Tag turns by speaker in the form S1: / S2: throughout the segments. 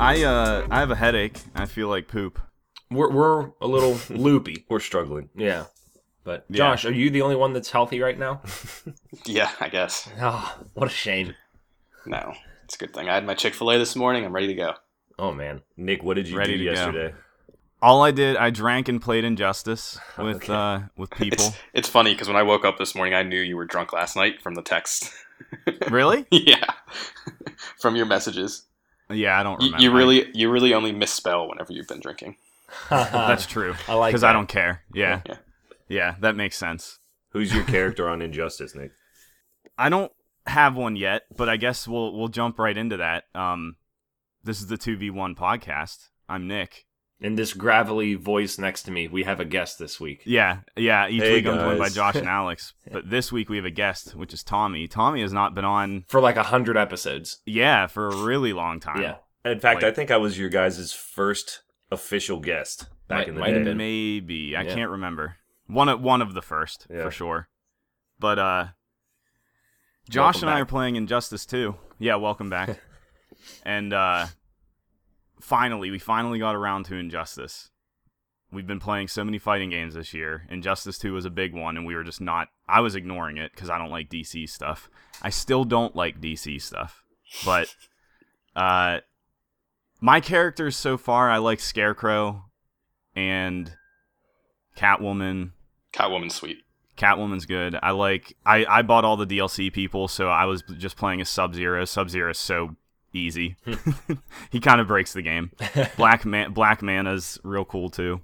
S1: I uh I have a headache. I feel like poop.
S2: We're we're a little loopy.
S3: We're struggling.
S2: Yeah. But Josh, are you the only one that's healthy right now?
S4: Yeah, I guess.
S2: Ah, what a shame.
S4: No, it's a good thing. I had my Chick fil A this morning. I'm ready to go.
S2: Oh man.
S3: Nick, what did you
S1: Ready to
S3: do
S1: go.
S3: yesterday?
S1: All I did, I drank and played injustice with
S3: Okay.
S1: uh with people.
S4: It's it's funny because when I woke up this morning, I knew you were drunk last night from the text.
S1: really?
S4: yeah, from your messages.
S1: Yeah, I don't
S4: You,
S1: remember.
S4: you really, you really only misspell whenever you've been drinking.
S1: That's true.
S2: I Uh, like
S1: Because
S2: that.
S1: I don't care. Yeah.
S4: Yeah.
S1: Yeah, that makes sense.
S3: Who's your character on Injustice, Nick?
S1: I don't have one yet, but I guess we'll we'll jump right into that. Um this is the two V one podcast. I'm Nick.
S2: In this gravelly voice next to me, we have a guest this week.
S1: Yeah, yeah. Each
S3: Hey,
S1: week I'm joined by
S3: guys.
S1: Josh and Alex. But this week we have a guest, which is Tommy. Tommy has not been on
S2: For like a hundred episodes.
S1: yeah, for a really long time.
S2: Yeah.
S3: In fact,
S1: Like-
S3: I think I was your guys' first official guest back
S2: Might-
S3: in the
S2: might have
S3: day.
S2: been.
S1: Maybe. I
S2: Yeah.
S1: can't remember. One of one of the first,
S3: Yeah.
S1: for sure. But uh Josh
S2: Welcome
S1: and I
S2: back.
S1: are playing Injustice 2. Yeah, welcome back. and uh finally, we finally got around to Injustice. We've been playing so many fighting games this year. Injustice 2 was a big one and we were just not I was ignoring it cuz I don't like DC stuff. I still don't like DC stuff. But uh my characters so far, I like Scarecrow and Catwoman.
S4: Catwoman's sweet.
S1: Catwoman's good. I like. I I bought all the DLC people, so I was just playing as Sub Zero. Sub Zero is so easy. he kind of breaks the game. Black man, Black Mana's real cool too.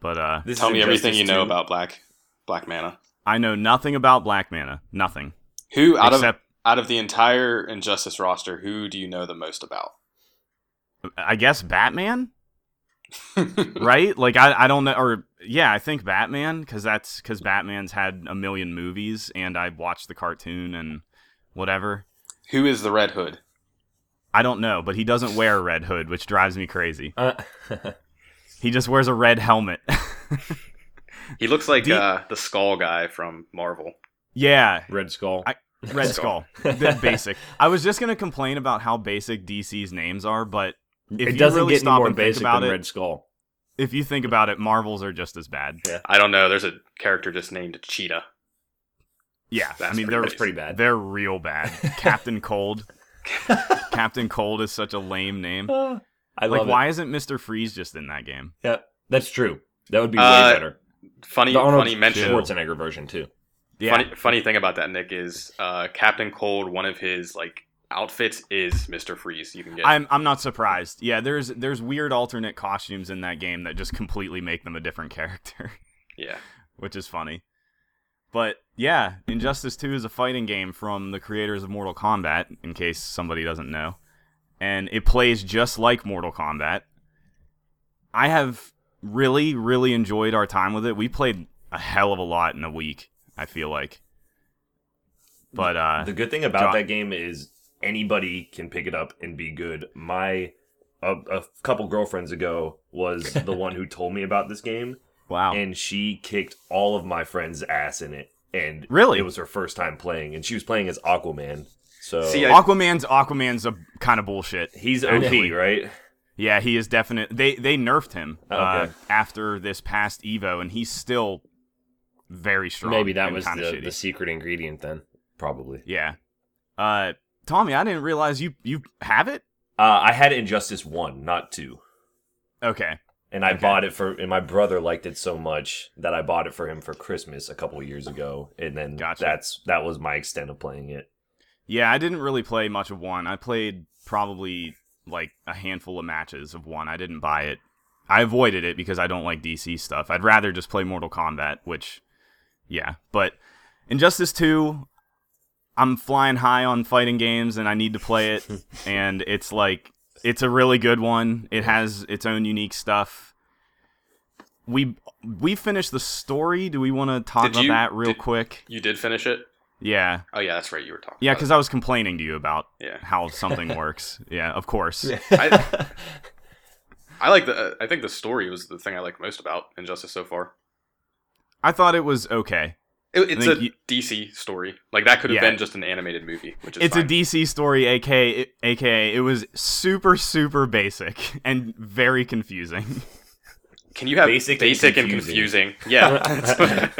S1: But uh,
S3: This
S4: Tell
S3: is
S4: me everything
S3: Injustice
S4: you know
S3: 2.
S4: about Black Black Mana.
S1: I know nothing about Black Mana. Nothing
S4: Who out
S1: except
S4: of out of the entire Injustice roster, who do you know the most about?
S1: I guess Batman. right? Like I, I don't know, or yeah, I think Batman because that's because Batman's had a million movies, and I've watched the cartoon and whatever.
S4: Who is the Red Hood?
S1: I don't know, but he doesn't wear a red hood, which drives me crazy.
S2: Uh,
S1: He just wears a red helmet.
S4: He looks like
S1: Do you-
S4: uh, the Skull guy from Marvel.
S1: yeah,
S2: Red Skull.
S1: I- Red Skull.
S4: Skull.
S1: The basic. I was just gonna complain about how basic DC's names are, but if
S2: it
S1: you
S2: doesn't
S1: really
S2: get any
S1: stop
S2: more
S1: and think
S2: basic
S1: about
S2: than
S1: it,
S2: Red Skull.
S1: if you think about it, Marvels are just as bad.
S2: Yeah.
S4: I don't know. There's a character just named Cheetah.
S1: Yeah, I
S4: That's
S1: mean
S4: pretty-
S1: they're
S2: That's pretty bad.
S1: They're real bad. Captain Cold. Captain Cold is such a lame name.
S2: Uh, I
S1: Like,
S2: love
S1: why isn't Mister Freeze just in that game?
S2: it. Yeah, that's true. That would be way
S4: Uh,
S2: better.
S4: Funny,
S2: The Arnold
S4: funny mention.
S2: Schwarzenegger version too.
S1: Yeah,
S4: Funny, funny thing about that, Nick, is uh, Captain Cold. One of his like outfits is Mister Freeze. You can get.
S1: I'm I'm not surprised. Yeah, there's there's weird alternate costumes in that game that just completely make them a different character.
S4: yeah,
S1: which is funny. But yeah, Injustice 2 is a fighting game from the creators of Mortal Kombat, in case somebody doesn't know. And it plays just like Mortal Kombat. I have really, really enjoyed our time with it. We played a hell of a lot in a week, I feel like. But uh
S3: The good thing about
S1: John-
S3: that game is anybody can pick it up and be good. My a, a couple girlfriends ago was the one who told me about this game,
S1: wow.
S3: and she kicked all of my friends' ass in it. And
S1: Really?
S3: it was her first time playing, and she was playing as Aquaman. So
S4: See, I-
S1: Aquaman's Aquaman's a kind of bullshit.
S3: he's OP,
S1: Actually-
S3: right?
S1: Yeah, he is definite. They they nerfed him
S3: Oh,
S1: uh,
S3: okay.
S1: after this past Evo, and he's still very strong.
S2: Maybe that
S1: and
S2: was
S1: kinda
S2: the,
S1: shitty.
S2: the secret ingredient then.
S3: Probably.
S1: Yeah. Uh, Tommy, I didn't realize you you have it.
S3: Uh, I had Injustice one, not two,
S1: Okay.
S3: and I
S1: Okay.
S3: bought it for. And my brother liked it so much that I bought it for him for Christmas a couple years ago, and then
S1: Gotcha.
S3: that's that was my extent of playing it.
S1: Yeah, I didn't really play much of one. I played probably like a handful of matches of one. I didn't buy it. I avoided it because I don't like DC stuff. I'd rather just play Mortal Kombat, which, yeah. But Injustice Two, I'm flying high on fighting games, and I need to play it. and it's like it's a really good one. It has its own unique stuff. We we finished the story. Do we want to talk
S4: Did
S1: about
S4: you-
S1: that real
S4: did-
S1: quick?
S4: you did finish it.
S1: Yeah.
S4: Oh yeah, that's right. You were talking.
S1: Yeah,
S4: about
S1: because I was complaining to you about
S4: it. yeah.
S1: how something works. Yeah, of course.
S4: I, I like the. Uh, I think the story was the thing I liked most about Injustice so far.
S1: I thought it was okay.
S4: It, it's
S1: think
S4: a
S1: you-
S4: DC story. Like that could have
S1: Yeah.
S4: been just an animated movie, which is
S1: It's
S4: fine.
S1: a DC story, aka, aka it was super super basic and very confusing.
S4: Can you have
S3: Basic
S4: basic,
S3: and
S4: and confusing? Yeah.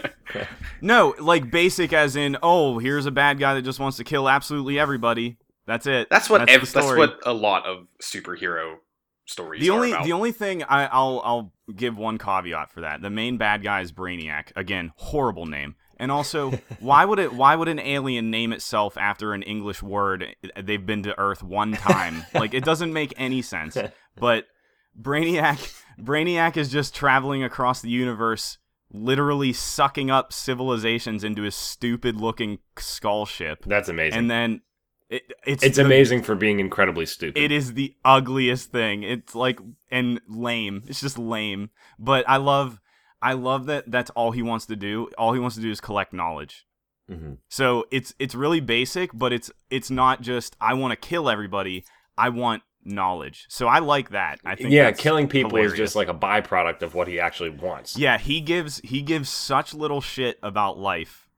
S1: no, like basic as in oh, here's a bad guy that just wants to kill absolutely everybody. That's it.
S4: that's what
S1: That's
S4: ev-
S1: the
S4: that's
S1: story.
S4: what a lot of superhero stories
S1: the
S4: are
S1: only
S4: about.
S1: the only thing I, I'll I'll give one caveat for that. The main bad guy is Brainiac. Again, horrible name. And also, why would it? Why would an alien name itself after an English word? They've been to Earth one time. like it doesn't make any sense. But Brainiac, Brainiac is just traveling across the universe, literally sucking up civilizations into his stupid-looking skull ship,
S2: That's amazing.
S1: and then it, it's
S2: it's
S1: the-
S2: amazing for being incredibly stupid.
S1: it is the ugliest thing. It's like and lame. It's just lame. But I love I love that that's all he wants to do. All he wants to do is collect knowledge.
S2: Mm-hmm.
S3: Mhm.
S1: So it's it's really basic, but it's it's not just I want to kill everybody. I want knowledge. So I like that. I think
S2: yeah,
S1: that's
S2: killing people is
S1: hilarious.
S2: just like a byproduct of what he actually wants.
S1: Yeah, he gives he gives such little shit about life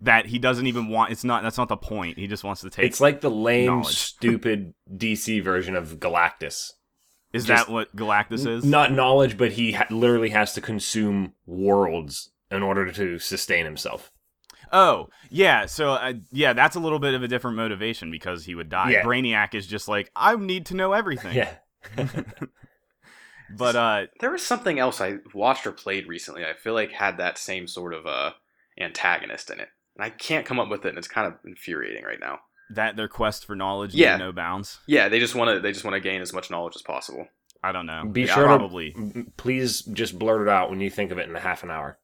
S1: that he doesn't even want it's not that's not the point. He just wants to take
S2: It's like the lame,
S1: knowledge.
S2: stupid DC version of Galactus.
S1: Is
S2: just-
S1: that what Galactus is?
S2: Not knowledge, but he ha- literally has to consume worlds in order to sustain himself.
S1: Oh, yeah. So, uh, yeah, that's a little bit of a different motivation because he would die.
S2: Yeah.
S1: Brainiac is just like, I need to know everything.
S2: Yeah.
S1: But, uh,
S4: there was something else I watched or played recently. I feel like had that same sort of uh, antagonist in it, and I can't come up with it. And it's kind of infuriating right now.
S1: that their quest for knowledge
S4: Yeah.
S1: knew no bounds.
S4: Yeah, they just want to they just want to gain as much knowledge as possible.
S1: I don't know.
S2: Be
S1: Yeah,
S2: sure to-
S1: probably.
S2: M- Please just blurt it out when you think of it in a half an hour.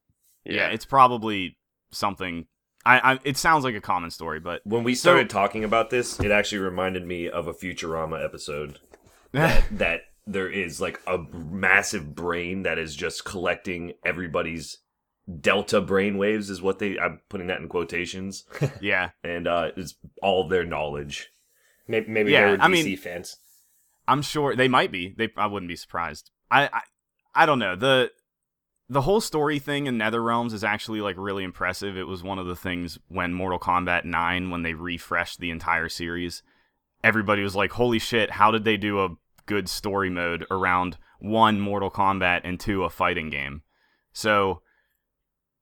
S1: yeah. it's probably something. I, I. It sounds like a common story, but
S3: When we
S1: So-
S3: started talking about this, it actually reminded me of a Futurama episode that there is like a massive brain that is just collecting everybody's delta brain waves is what they I'm putting that in quotations
S1: yeah.
S3: and uh it's all their knowledge.
S2: Maybe, maybe
S1: Yeah,
S2: they were DC
S1: I mean-
S2: fans.
S1: I'm sure they might be. They. I wouldn't be surprised. I. I, I don't know. The. The whole story thing in Nether Realms is actually like really impressive. It was one of the things when Mortal Kombat 9 when they refreshed the entire series, everybody was like, "Holy shit, how did they do a good story mode around one Mortal Kombat and two a fighting game?" So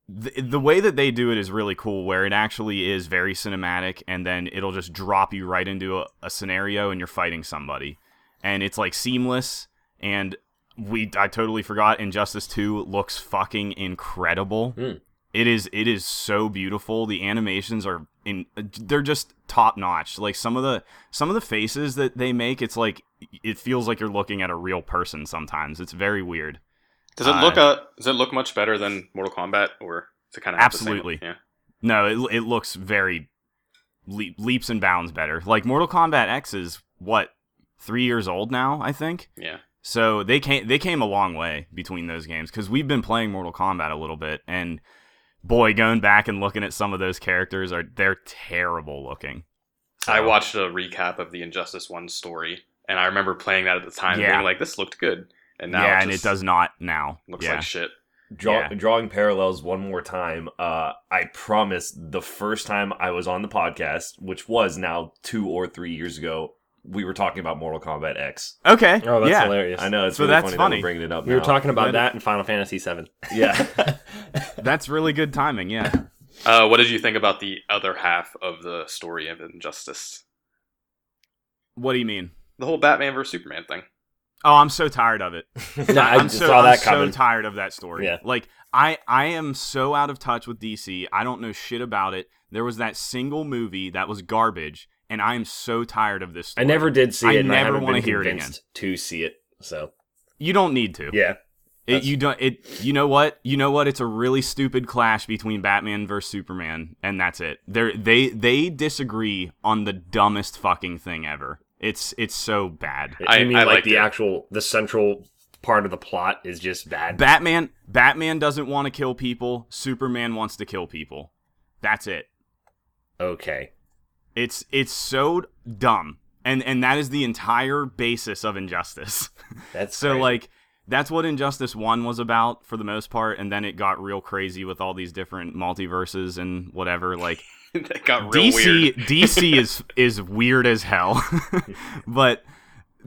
S1: the, the way that they do it is really cool where it actually is very cinematic and then it'll just drop you right into a, a scenario and you're fighting somebody. And it's like seamless and we I totally forgot Injustice 2 looks fucking incredible.
S2: Hmm.
S1: It is it is so beautiful. The animations are in they're just top notch. Like some of the some of the faces that they make, it's like it feels like you're looking at a real person sometimes. It's very weird.
S4: Does it
S1: Uh,
S4: look uh does it look much better than Mortal Kombat or is it kind of
S1: Absolutely.
S4: The same? Yeah.
S1: No, it it looks very le- leaps and bounds better. Like Mortal Kombat X is what 3 years old now, I think.
S4: Yeah.
S1: So they came they came a long way between those games because we've been playing Mortal Kombat a little bit, and boy, going back and looking at some of those characters are they're terrible looking.
S4: I watched a recap of the Injustice One story, and I remember playing that at the time and
S1: Yeah.
S4: being like, "This looked good," and now
S1: yeah,
S4: it
S1: and it
S4: just
S1: does not now.
S4: looks
S1: yeah.
S4: like shit.
S3: Draw,
S1: Yeah.
S3: Drawing parallels one more time, uh, I promise the first time I was on the podcast, which was now two or three years ago, we were talking about Mortal Kombat X.
S1: okay.
S2: Oh, that's
S1: yeah.
S2: hilarious.
S3: I know it's
S1: So
S3: really
S1: that's
S3: funny, That
S1: funny.
S3: we're bringing it up.
S2: We were
S3: now.
S2: talking about
S1: Let it-
S2: that in Final Fantasy VII.
S3: Yeah,
S1: That's really good timing. Yeah.
S4: Uh, what did you think about the other half of the story of Injustice?
S1: what do you mean?
S4: The whole Batman versus Superman thing.
S1: Oh, I'm so tired of it.
S2: no, I
S1: I'm
S2: just
S1: so,
S2: saw that
S1: I'm
S2: coming.
S1: so tired of that story.
S2: Yeah.
S1: Like I I am so out of touch with DC. I don't know shit about it. There was that single movie that was garbage, and I am so tired of this
S2: I
S1: story.
S2: never did see
S1: I
S2: it. and I
S1: never
S2: haven't
S1: wanna
S2: been
S1: hear it again.
S2: convinced to see it. So
S1: You don't need to.
S2: yeah,
S1: It,
S2: That's-
S1: you don't. It. You know what? You know what? It's a really stupid clash between Batman versus Superman, and that's it. They they they disagree on the dumbest fucking thing ever. It's it's so bad.
S2: You
S4: I-
S2: mean
S4: I
S2: like
S4: liked
S2: the
S4: it.
S2: actual the central part of the plot is just bad.
S1: Batman Batman doesn't want to kill people. Superman wants to kill people. That's it.
S2: okay,
S1: It's it's so dumb. And and that is the entire basis of injustice.
S2: that's
S1: So
S2: crazy.
S1: like that's what Injustice 1 was about for the most part and then it got real crazy with all these different multiverses and whatever like
S4: that got real
S1: DC
S4: weird.
S1: DC is is weird as hell. but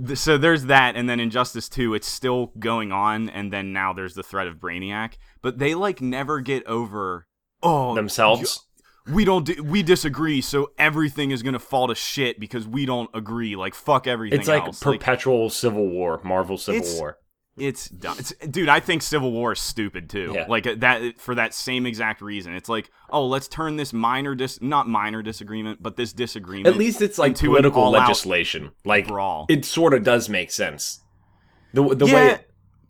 S1: th- so there's that and then Injustice 2 it's still going on and then now there's the threat of Brainiac, but they like never get over oh
S2: themselves.
S1: we don't di- we disagree so everything is going to fall to shit because we don't agree like fuck everything
S2: It's like
S1: else.
S2: perpetual civil war, Marvel civil
S1: It's-
S2: war.
S1: It's dumb. It's, dude, I think Civil War is stupid too.
S2: Yeah.
S1: Like uh, that for that same exact reason. It's like, oh, let's turn this minor dis not minor disagreement, but this disagreement
S2: At least it's like
S1: into an
S2: political
S1: all-out
S2: legislation. Like
S1: brawl.
S2: it sort of does make sense. The the
S1: Yeah.
S2: way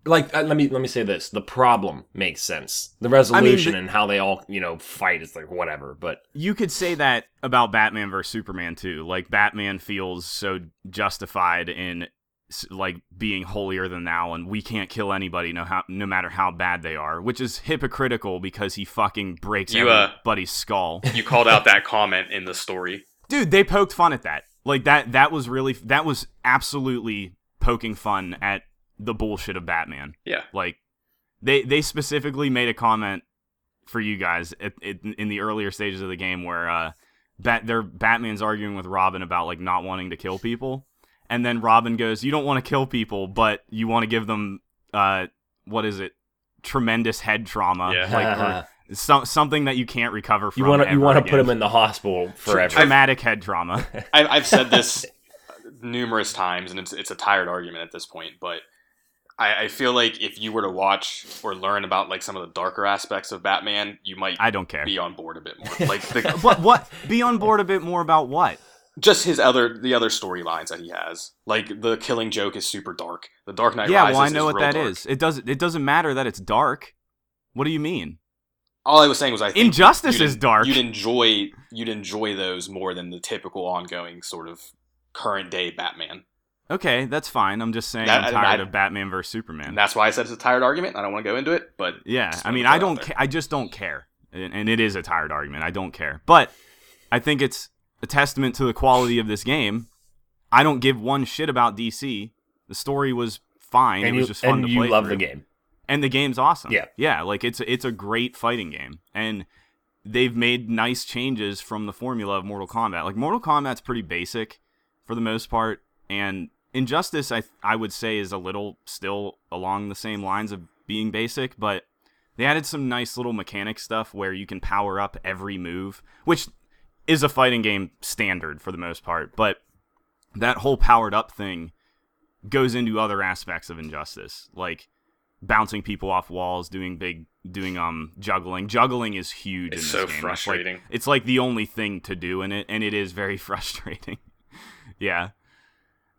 S2: like uh, let me let me say this: the problem makes sense. The resolution and how they all you know fight is like whatever. But
S1: you could say that about Batman versus Superman too. Like Batman feels so justified in s- like being holier than thou, and we can't kill anybody no how no matter how bad they are, which is hypocritical because he fucking breaks
S4: You, uh,
S1: everybody's skull.
S4: You called out that comment in the story.
S1: dude they poked fun at that like that that was really that was absolutely poking fun at the bullshit of batman
S4: Yeah.
S1: like they they specifically made a comment for you guys at, at, in the earlier stages of the game where uh bat their batman's arguing with robin about like not wanting to kill people and then robin goes you don't want to kill people but you want to give them uh what is it tremendous head trauma
S4: Yeah.
S1: like or so, something that you can't recover from
S2: you want to you
S1: ever
S2: want to
S1: again.
S2: put them in the hospital forever.
S1: traumatic head trauma
S4: I, I've said this numerous times, and it's it's a tired argument at this point. But I, I feel like if you were to watch or learn about like some of the darker aspects of Batman, you might
S1: I don't care.
S4: be on board a bit more. Like the,
S1: what what be on board a bit more about what?
S4: just his other the other storylines that he has, like the Killing Joke is super dark. The Dark Knight
S1: yeah,
S4: Rises.
S1: well I know
S4: is
S1: what
S4: real
S1: that
S4: dark.
S1: is. It doesn't it doesn't matter that it's dark. What do you mean?
S4: All I was saying was I think
S1: Injustice
S4: you'd-
S1: is dark.
S4: You'd enjoy you'd enjoy those more than the typical ongoing sort of current day Batman.
S1: Okay, that's fine. I'm just saying
S4: That-
S1: I'm
S4: I-
S1: tired
S4: I-
S1: of Batman versus
S4: And
S1: Superman.
S4: that's why I said it's a tired argument. I don't want to go into it, but
S1: yeah,
S4: just
S1: I
S4: wanted
S1: mean
S4: to throw
S1: I
S4: that
S1: don't
S4: there.
S1: ca- I just don't care. And, and it is a tired argument. I don't care. But I think it's a testament to the quality of this game. I don't give one shit about DC. The story was fine.
S2: and
S1: it was
S2: you,
S1: just fun
S2: and
S1: to
S2: you
S1: play
S2: love
S1: through.
S2: the game.
S1: and the game's awesome.
S2: Yeah.
S1: yeah, like it's it's a great fighting game, and they've made nice changes from the formula of Mortal Kombat. Like Mortal Kombat's pretty basic for the most part, and Injustice I I would say is a little still along the same lines of being basic, but they added some nice little mechanic stuff where you can power up every move, which is a fighting game standard for the most part, but that whole powered up thing goes into other aspects of injustice like bouncing people off walls doing big doing um juggling juggling is huge in this
S4: It's so
S1: game. That's, like,
S4: frustrating.
S1: it's like the only thing to do in it and it is very frustrating yeah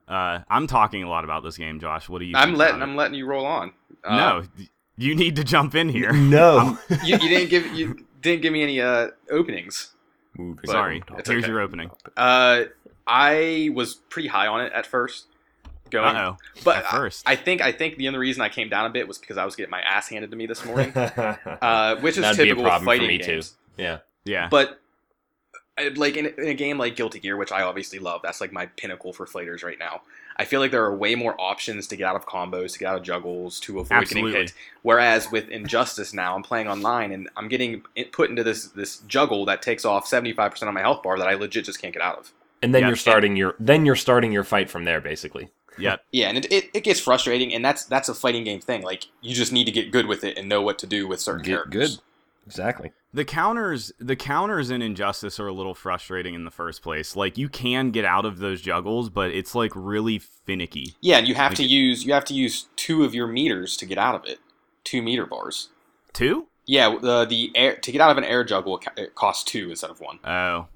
S1: uh i'm talking a lot about this game josh what do you
S4: I'm
S1: think
S4: letting
S1: about
S4: I'm letting you roll on. Uh,
S1: it? no y- you need to jump in here
S2: No,
S4: you, you didn't give you didn't give me any uh, openings. but-
S1: sorry
S4: It's
S1: here's
S4: okay.
S1: your opening
S4: Uh, I was pretty high on it at first, going,
S1: uh-oh
S4: but
S1: at
S4: I-
S1: first
S4: I, think I think the only reason I came down a bit was because I was getting my ass handed to me this morning,
S2: uh,
S4: uh, which is
S2: That'd be a
S4: typical
S2: problem
S4: of
S2: for
S4: fighting
S2: me, too.
S4: games.
S2: yeah.
S1: yeah
S4: But I- like in, in a game like Guilty Gear, which I obviously love, that's like my pinnacle for fighters right now. I feel like there are way more options to get out of combos, to get out of juggles, to avoid
S1: Absolutely.
S4: getting hit. Whereas with Injustice now, I'm playing online and I'm getting it put into this this juggle that takes off 75% of my health bar that I legit just can't get out of.
S2: And then
S1: Yeah.
S2: you're starting your then you're starting your fight from there basically.
S1: yep
S4: Yeah, and it, it, it gets frustrating, and that's that's a fighting game thing. Like you just need to get good with it and know what to do with certain
S3: Get good.
S4: characters.
S3: Exactly.
S1: the counters the counters in injustice are a little frustrating in the first place like you can get out of those juggles but it's like really finicky
S4: Yeah, and you have
S1: Like
S4: to
S1: it-
S4: use you have to use two of your meters to get out of it, two meter bars.
S1: two
S4: Yeah, the the air to get out of an air juggle it ca- it costs two instead of one.
S1: oh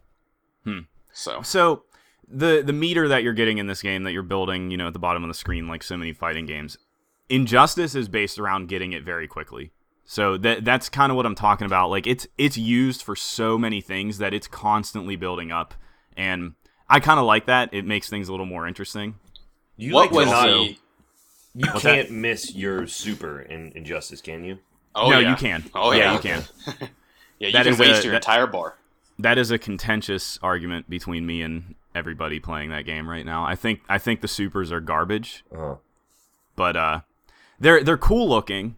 S4: So
S1: So the the meter that you're getting in this game that you're building, you know, at the bottom of the screen, like so many fighting games, Injustice is based around getting it very quickly. So that that's kind of what I'm talking about. Like it's it's used for so many things that it's constantly building up, and I kind of like that. It makes things a little more interesting.
S3: You like
S4: what was
S3: not-
S4: the?
S3: You
S1: What's
S3: can't miss your super in Injustice, can you?
S4: Oh
S1: no,
S4: yeah,
S1: you can.
S4: Oh
S1: yeah,
S4: yeah.
S1: you can.
S4: Yeah, you
S1: That
S4: can
S1: is
S4: waste
S1: a-
S4: your
S1: that-
S4: entire bar.
S1: that is a contentious argument between me and everybody playing that game right now. I think I think the supers are garbage.
S3: Uh-huh.
S1: but uh th- they're they're cool looking.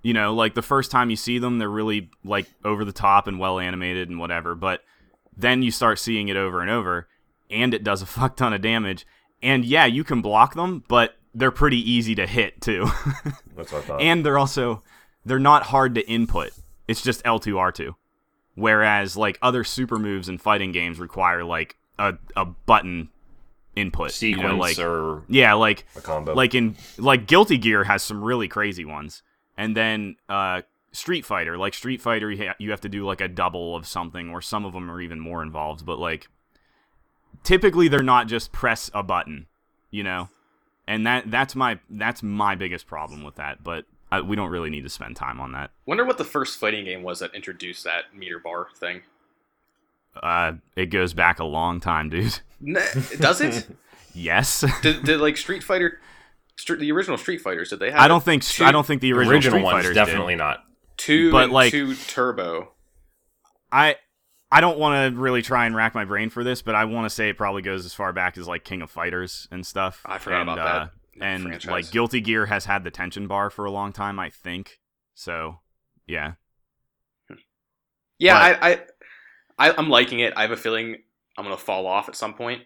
S1: You know, like the first time you see them, they're really like over the top and well animated and whatever. But then you start seeing it over and over, and it does a fuck ton of damage. And yeah, you can block them, but they're pretty easy to hit too.
S3: That's what I thought.
S1: and they're also they're not hard to input. It's just L2R2. Whereas like other super moves in fighting games require like a, a button input you know,
S2: Sequence
S1: like-
S2: or
S1: yeah, like
S3: a combo.
S1: like in like Guilty Gear has some really crazy ones, and then uh, Street Fighter, like Street Fighter, you, ha- you have to do like a double of something, or some of them are even more involved. But like, typically they're not just press a button, you know, and that that's my that's my biggest problem with that. But uh we don't really need to spend time on that.
S4: Wonder what the first fighting game was that introduced that meter bar thing.
S1: Uh, it goes back a long time, dude.
S4: N- Does it?
S1: Yes,
S4: did, did like Street Fighter, Str- the original Street Fighters? Did they have?
S1: I don't think I don't think the
S2: the
S1: original,
S2: original
S1: Street
S2: ones
S1: Fighters did.
S2: definitely not.
S4: two,
S1: but,
S4: and
S1: like-
S4: two Turbo.
S1: I I don't want to really try and rack my brain for this, but I want to say it probably goes as far back as like King of Fighters and stuff.
S4: I forgot
S1: and,
S4: about
S1: uh,
S4: that
S1: And
S4: franchise.
S1: like Guilty Gear has had the tension bar for a long time, I think. So yeah,
S4: Yeah, I, I, I, I'm liking it. I have a feeling I'm gonna fall off at some point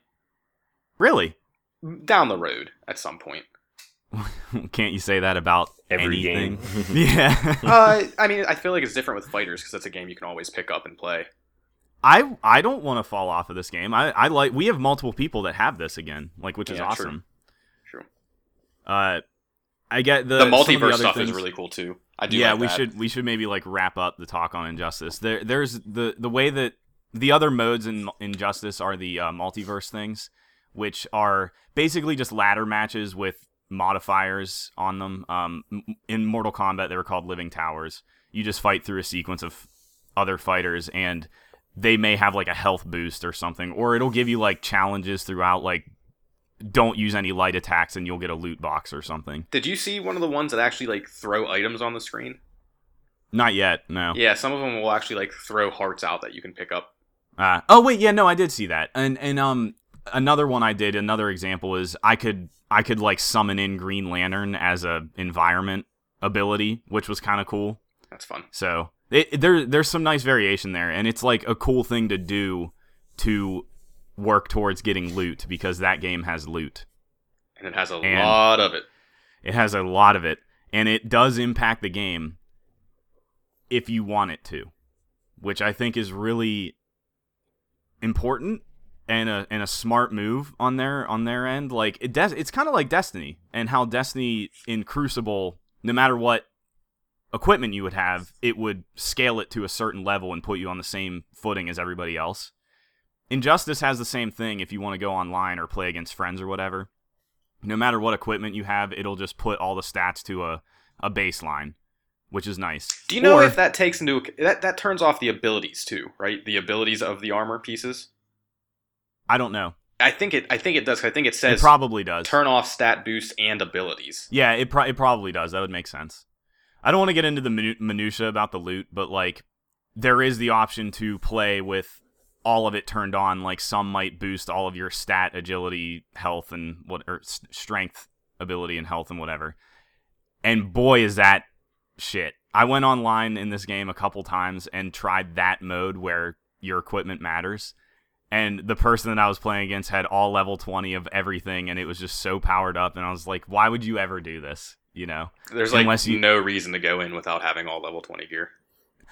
S1: really,
S4: down the road. At some point.
S1: can't you say that about
S3: Every
S1: anything?
S3: game.
S1: yeah,
S4: uh, I mean, I feel like it's different with fighters because that's a game you can always pick up and play.
S1: I I don't want to fall off of this game. I I like we have multiple people that have this again, like which is
S4: Yeah, true.
S1: awesome.
S4: True.
S1: Uh, I get the
S4: The,
S1: some of
S4: multiverse
S1: other
S4: stuff
S1: things-
S4: is really cool too. I do.
S1: yeah,
S4: like
S1: we
S4: that.
S1: should we should maybe like wrap up the talk on injustice. There there's the the way that the other modes in injustice are the uh, multiverse things, which are basically just ladder matches with modifiers on them. Um, m- in Mortal Kombat, they were called living towers. You just fight through a sequence of other fighters, and they may have like a health boost or something, or it'll give you like challenges throughout, like don't use any light attacks and you'll get a loot box or something.
S4: Did you see one of the ones that actually like throw items on the screen?
S1: Not yet, no.
S4: Yeah, some of them will actually like throw hearts out that you can pick up.
S1: Uh, oh wait, yeah, no, I did see that. And and um, another one I did. Another example is I could I could like summon in Green Lantern as a environment ability, which was kind of cool.
S4: That's fun.
S1: So it, there there's some nice variation there, and it's like a cool thing to do to work towards getting loot because that game has loot.
S4: and it has a
S1: And-
S4: lot of it.
S1: It has a lot of it, and it does impact the game if you want it to, which I think is really important and a and a smart move on their on their end. Like it des- it's kind of like Destiny and how Destiny in Crucible, no matter what equipment you would have, it would scale it to a certain level and put you on the same footing as everybody else. Injustice has the same thing if you want to go online or play against friends or whatever no matter what equipment you have, it'll just put all the stats to a, a baseline, which is nice.
S4: Do you know
S1: Or-
S4: if that takes into ac- that that turns off the abilities too, right? The abilities of the armor pieces.
S1: I don't know.
S4: I think it. I think it does. 'cause I think it
S1: It
S4: says
S1: probably does.
S4: turn off stat boost and abilities.
S1: yeah, it, pro- it probably does. That would make sense. I don't want to get into the minu- minutia about the loot, but like there is the option to play with all of it turned on. Like some might boost all of your stat, agility, health, and what or s- strength, ability, and health, and whatever. And boy, is that shit. I went online in this game a couple times and tried that mode where your equipment matters. And the person that I was playing against had all level 20 of everything, and it was just so powered up. And I was like, why would you ever do this? You know?
S4: There's like
S1: Unless you-
S4: no reason to go in without having all level twenty gear.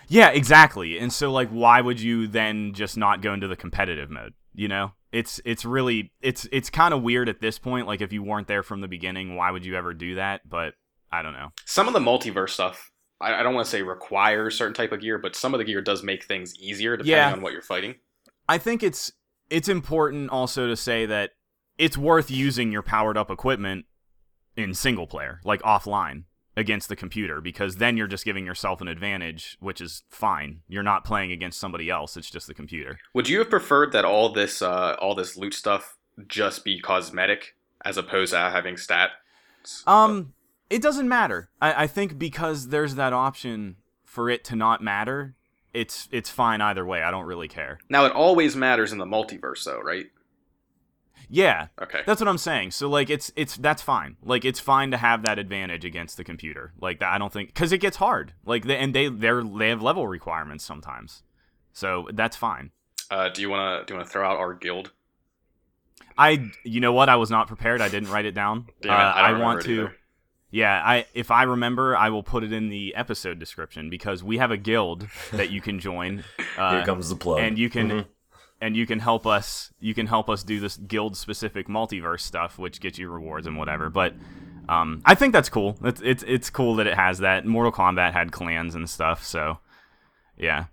S1: Yeah, exactly. And so like why would you then just not go into the competitive mode, you know? It's it's really it's it's kind of weird at this point like if you weren't there from the beginning, why would you ever do that? But I don't know.
S4: Some of the multiverse stuff. I, I don't want to say requires certain type of gear, but some of the gear does make things easier depending
S1: Yeah.
S4: on what you're fighting.
S1: I think it's it's important also to say that it's worth using your powered up equipment in single player, like offline against the computer because then you're just giving yourself an advantage, which is fine. You're not playing against somebody else, it's just the computer.
S4: Would you have preferred that all this uh, all this loot stuff just be cosmetic as opposed to having stat?
S1: Um, it doesn't matter. I, I think because there's that option for it to not matter, it's it's fine either way. I don't really care.
S4: Now it always matters in the multiverse, though, right?
S1: Yeah,
S4: Okay.
S1: that's what I'm saying. So like it's it's that's fine. Like it's fine to have that advantage against the computer. Like that I don't think cuz it gets hard. Like they, and they they're, they have level requirements sometimes. So that's fine.
S4: Uh, do you wanna do you wanna throw out our guild?
S1: I you know what? I was not prepared. I didn't write it down.
S4: Damn
S1: Uh,
S4: it, I, don't
S1: want
S4: remember it
S1: to
S4: either.
S1: Yeah, I if I remember, I will put it in the episode description because we have a guild that you can join.
S3: Here
S1: Uh,
S3: comes the plug.
S1: and you can and you can help us you can help us do this guild specific multiverse stuff which gets you rewards and whatever but um, I think that's cool. It's, it's it's cool that it has that. Mortal Kombat had clans and stuff, so yeah.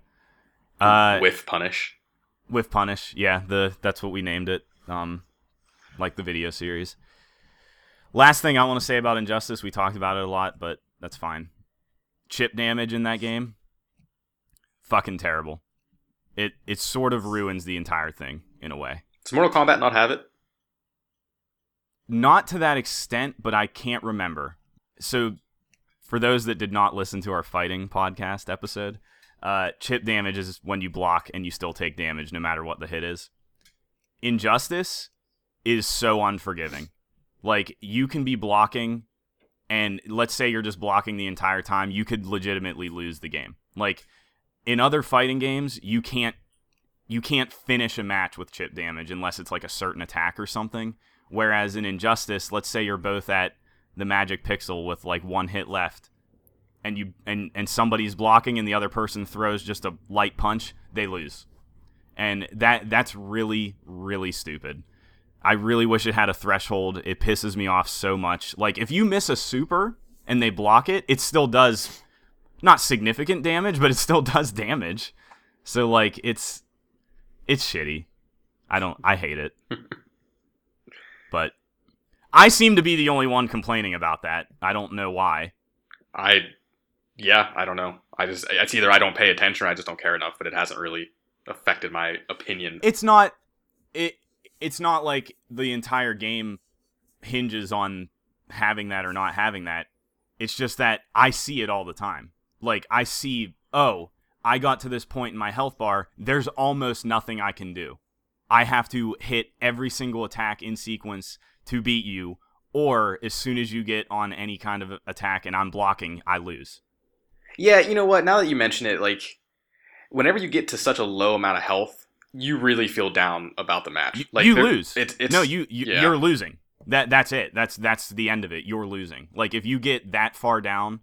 S1: Uh, with,
S4: with punish.
S1: Punish, yeah, the that's what we named it. Um, like the video series. Last thing I want to say about Injustice, we talked about it a lot, but that's fine. Chip damage in that game, fucking terrible. It it sort of ruins the entire thing in a way.
S4: Does Mortal Kombat not have it?
S1: not to that extent, but I can't remember. So, for those that did not listen to our fighting podcast episode, uh, chip damage is when you block and you still take damage no matter what the hit is. Injustice is so unforgiving. Like, you can be blocking, and let's say you're just blocking the entire time, you could legitimately lose the game. Like, in other fighting games, you can't. You can't finish a match with chip damage unless it's like a certain attack or something. Whereas in Injustice, let's say you're both at the magic pixel with like one hit left, and you and and somebody's blocking and the other person throws just a light punch, they lose. And that that's really really stupid. I really wish it had a threshold. It pisses me off so much. Like if you miss a super and they block it, it still does not significant damage, but it still does damage. So like it's it's shitty. I don't I hate it but I seem to be the only one complaining about that. I don't know why.
S4: I, yeah, I don't know. I just it's either I don't pay attention or I just don't care enough, but it hasn't really affected my opinion.
S1: It's not it it's not like the entire game hinges on having that or not having that. It's just that I see it all the time. Like I see, oh, I got to this point in my health bar, there's almost nothing I can do. I have to hit every single attack in sequence to beat you or as soon as you get on any kind of attack and I'm blocking, I lose.
S4: Yeah, you know what? Now that you mention it, like whenever you get to such a low amount of health, you really feel down about the match.
S1: You-
S4: like
S1: you
S4: there-
S1: lose.
S4: It's, it's
S1: no, you, you
S4: yeah.
S1: you're losing. That that's it. That's that's the end of it. You're losing. Like if you get that far down,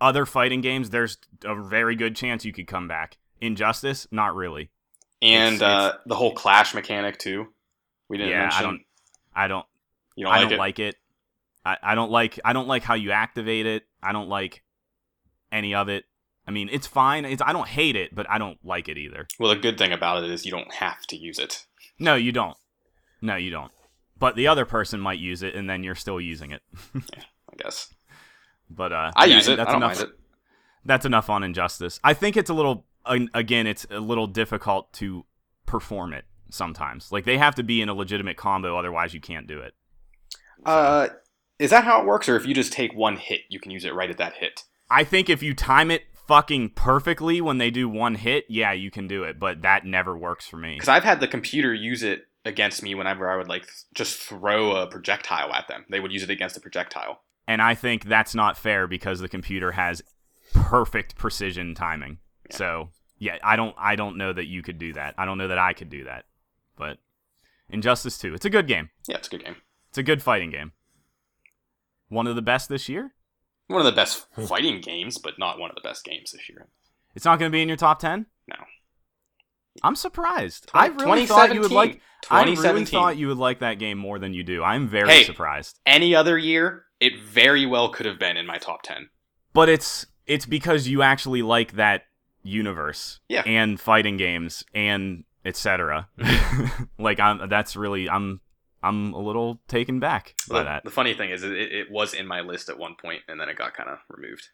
S1: other fighting games, there's a very good chance you could come back. Injustice, not really.
S4: and
S1: it's-
S4: uh, the whole clash mechanic too. We didn't
S1: Yeah, I
S4: mention.
S1: don't- I don't.
S4: you
S1: I
S4: like
S1: don't
S4: it?
S1: like it. I, I don't like. I don't like how you activate it. I don't like any of it. I mean, it's fine. It's I don't hate it, but I don't like it either.
S4: Well, the good thing about it is you don't have to use it.
S1: No, you don't. No, you don't. But the other person might use it, and then you're still using it.
S4: I guess
S1: But uh,
S4: I
S1: yeah,
S4: use it. I
S1: That's
S4: don't
S1: enough.
S4: mind it.
S1: that's enough on injustice. I think it's a little ag- again, it's a little difficult to perform it sometimes. Like they have to be in a legitimate combo, otherwise you can't do it.
S4: Uh, is that how it works, or if you just take one hit, you can use it right at that hit?
S1: I think if you time it fucking perfectly when they do one hit, yeah, you can do it. But that never works for me.
S4: Because I've had the computer use it against me whenever I would like th- just throw a projectile at them. They would use it against a projectile.
S1: And I think that's not fair because the computer has perfect precision timing. So yeah, I don't I don't know that you could do that. I don't know that I could do that. But Injustice 2, it's a good game.
S4: Yeah, it's a good game.
S1: It's a good fighting game. One of the best this year.
S4: One of the best fighting games, but not one of the best games this year.
S1: It's not going to be in your top 10?
S4: No.
S1: I'm surprised. I really thought you would like I really
S4: 2017.
S1: thought you would like that game more than you do. I'm very
S4: Hey.
S1: surprised.
S4: Any other year, it very well could have been in my top ten.
S1: But it's it's because you actually like that universe
S4: Yeah.
S1: and fighting games and etc. like I'm that's really I'm I'm a little taken back by
S4: The,
S1: that.
S4: the funny thing is, it, it was in my list at one point, and then it got kind of removed.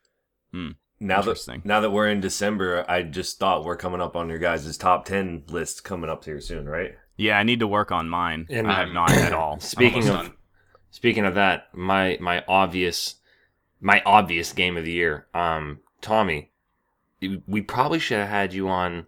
S3: now that
S1: Interesting.
S3: now that we're in December, I just thought we're coming up on your guys' top ten list coming up here soon, right?
S1: Yeah, I need to work on mine.
S2: And-
S1: I have not at all.
S2: Speaking
S4: Almost
S2: of
S4: done.
S2: speaking of that, my my obvious my obvious game of the year, um, Tommy, you- we probably should have had you on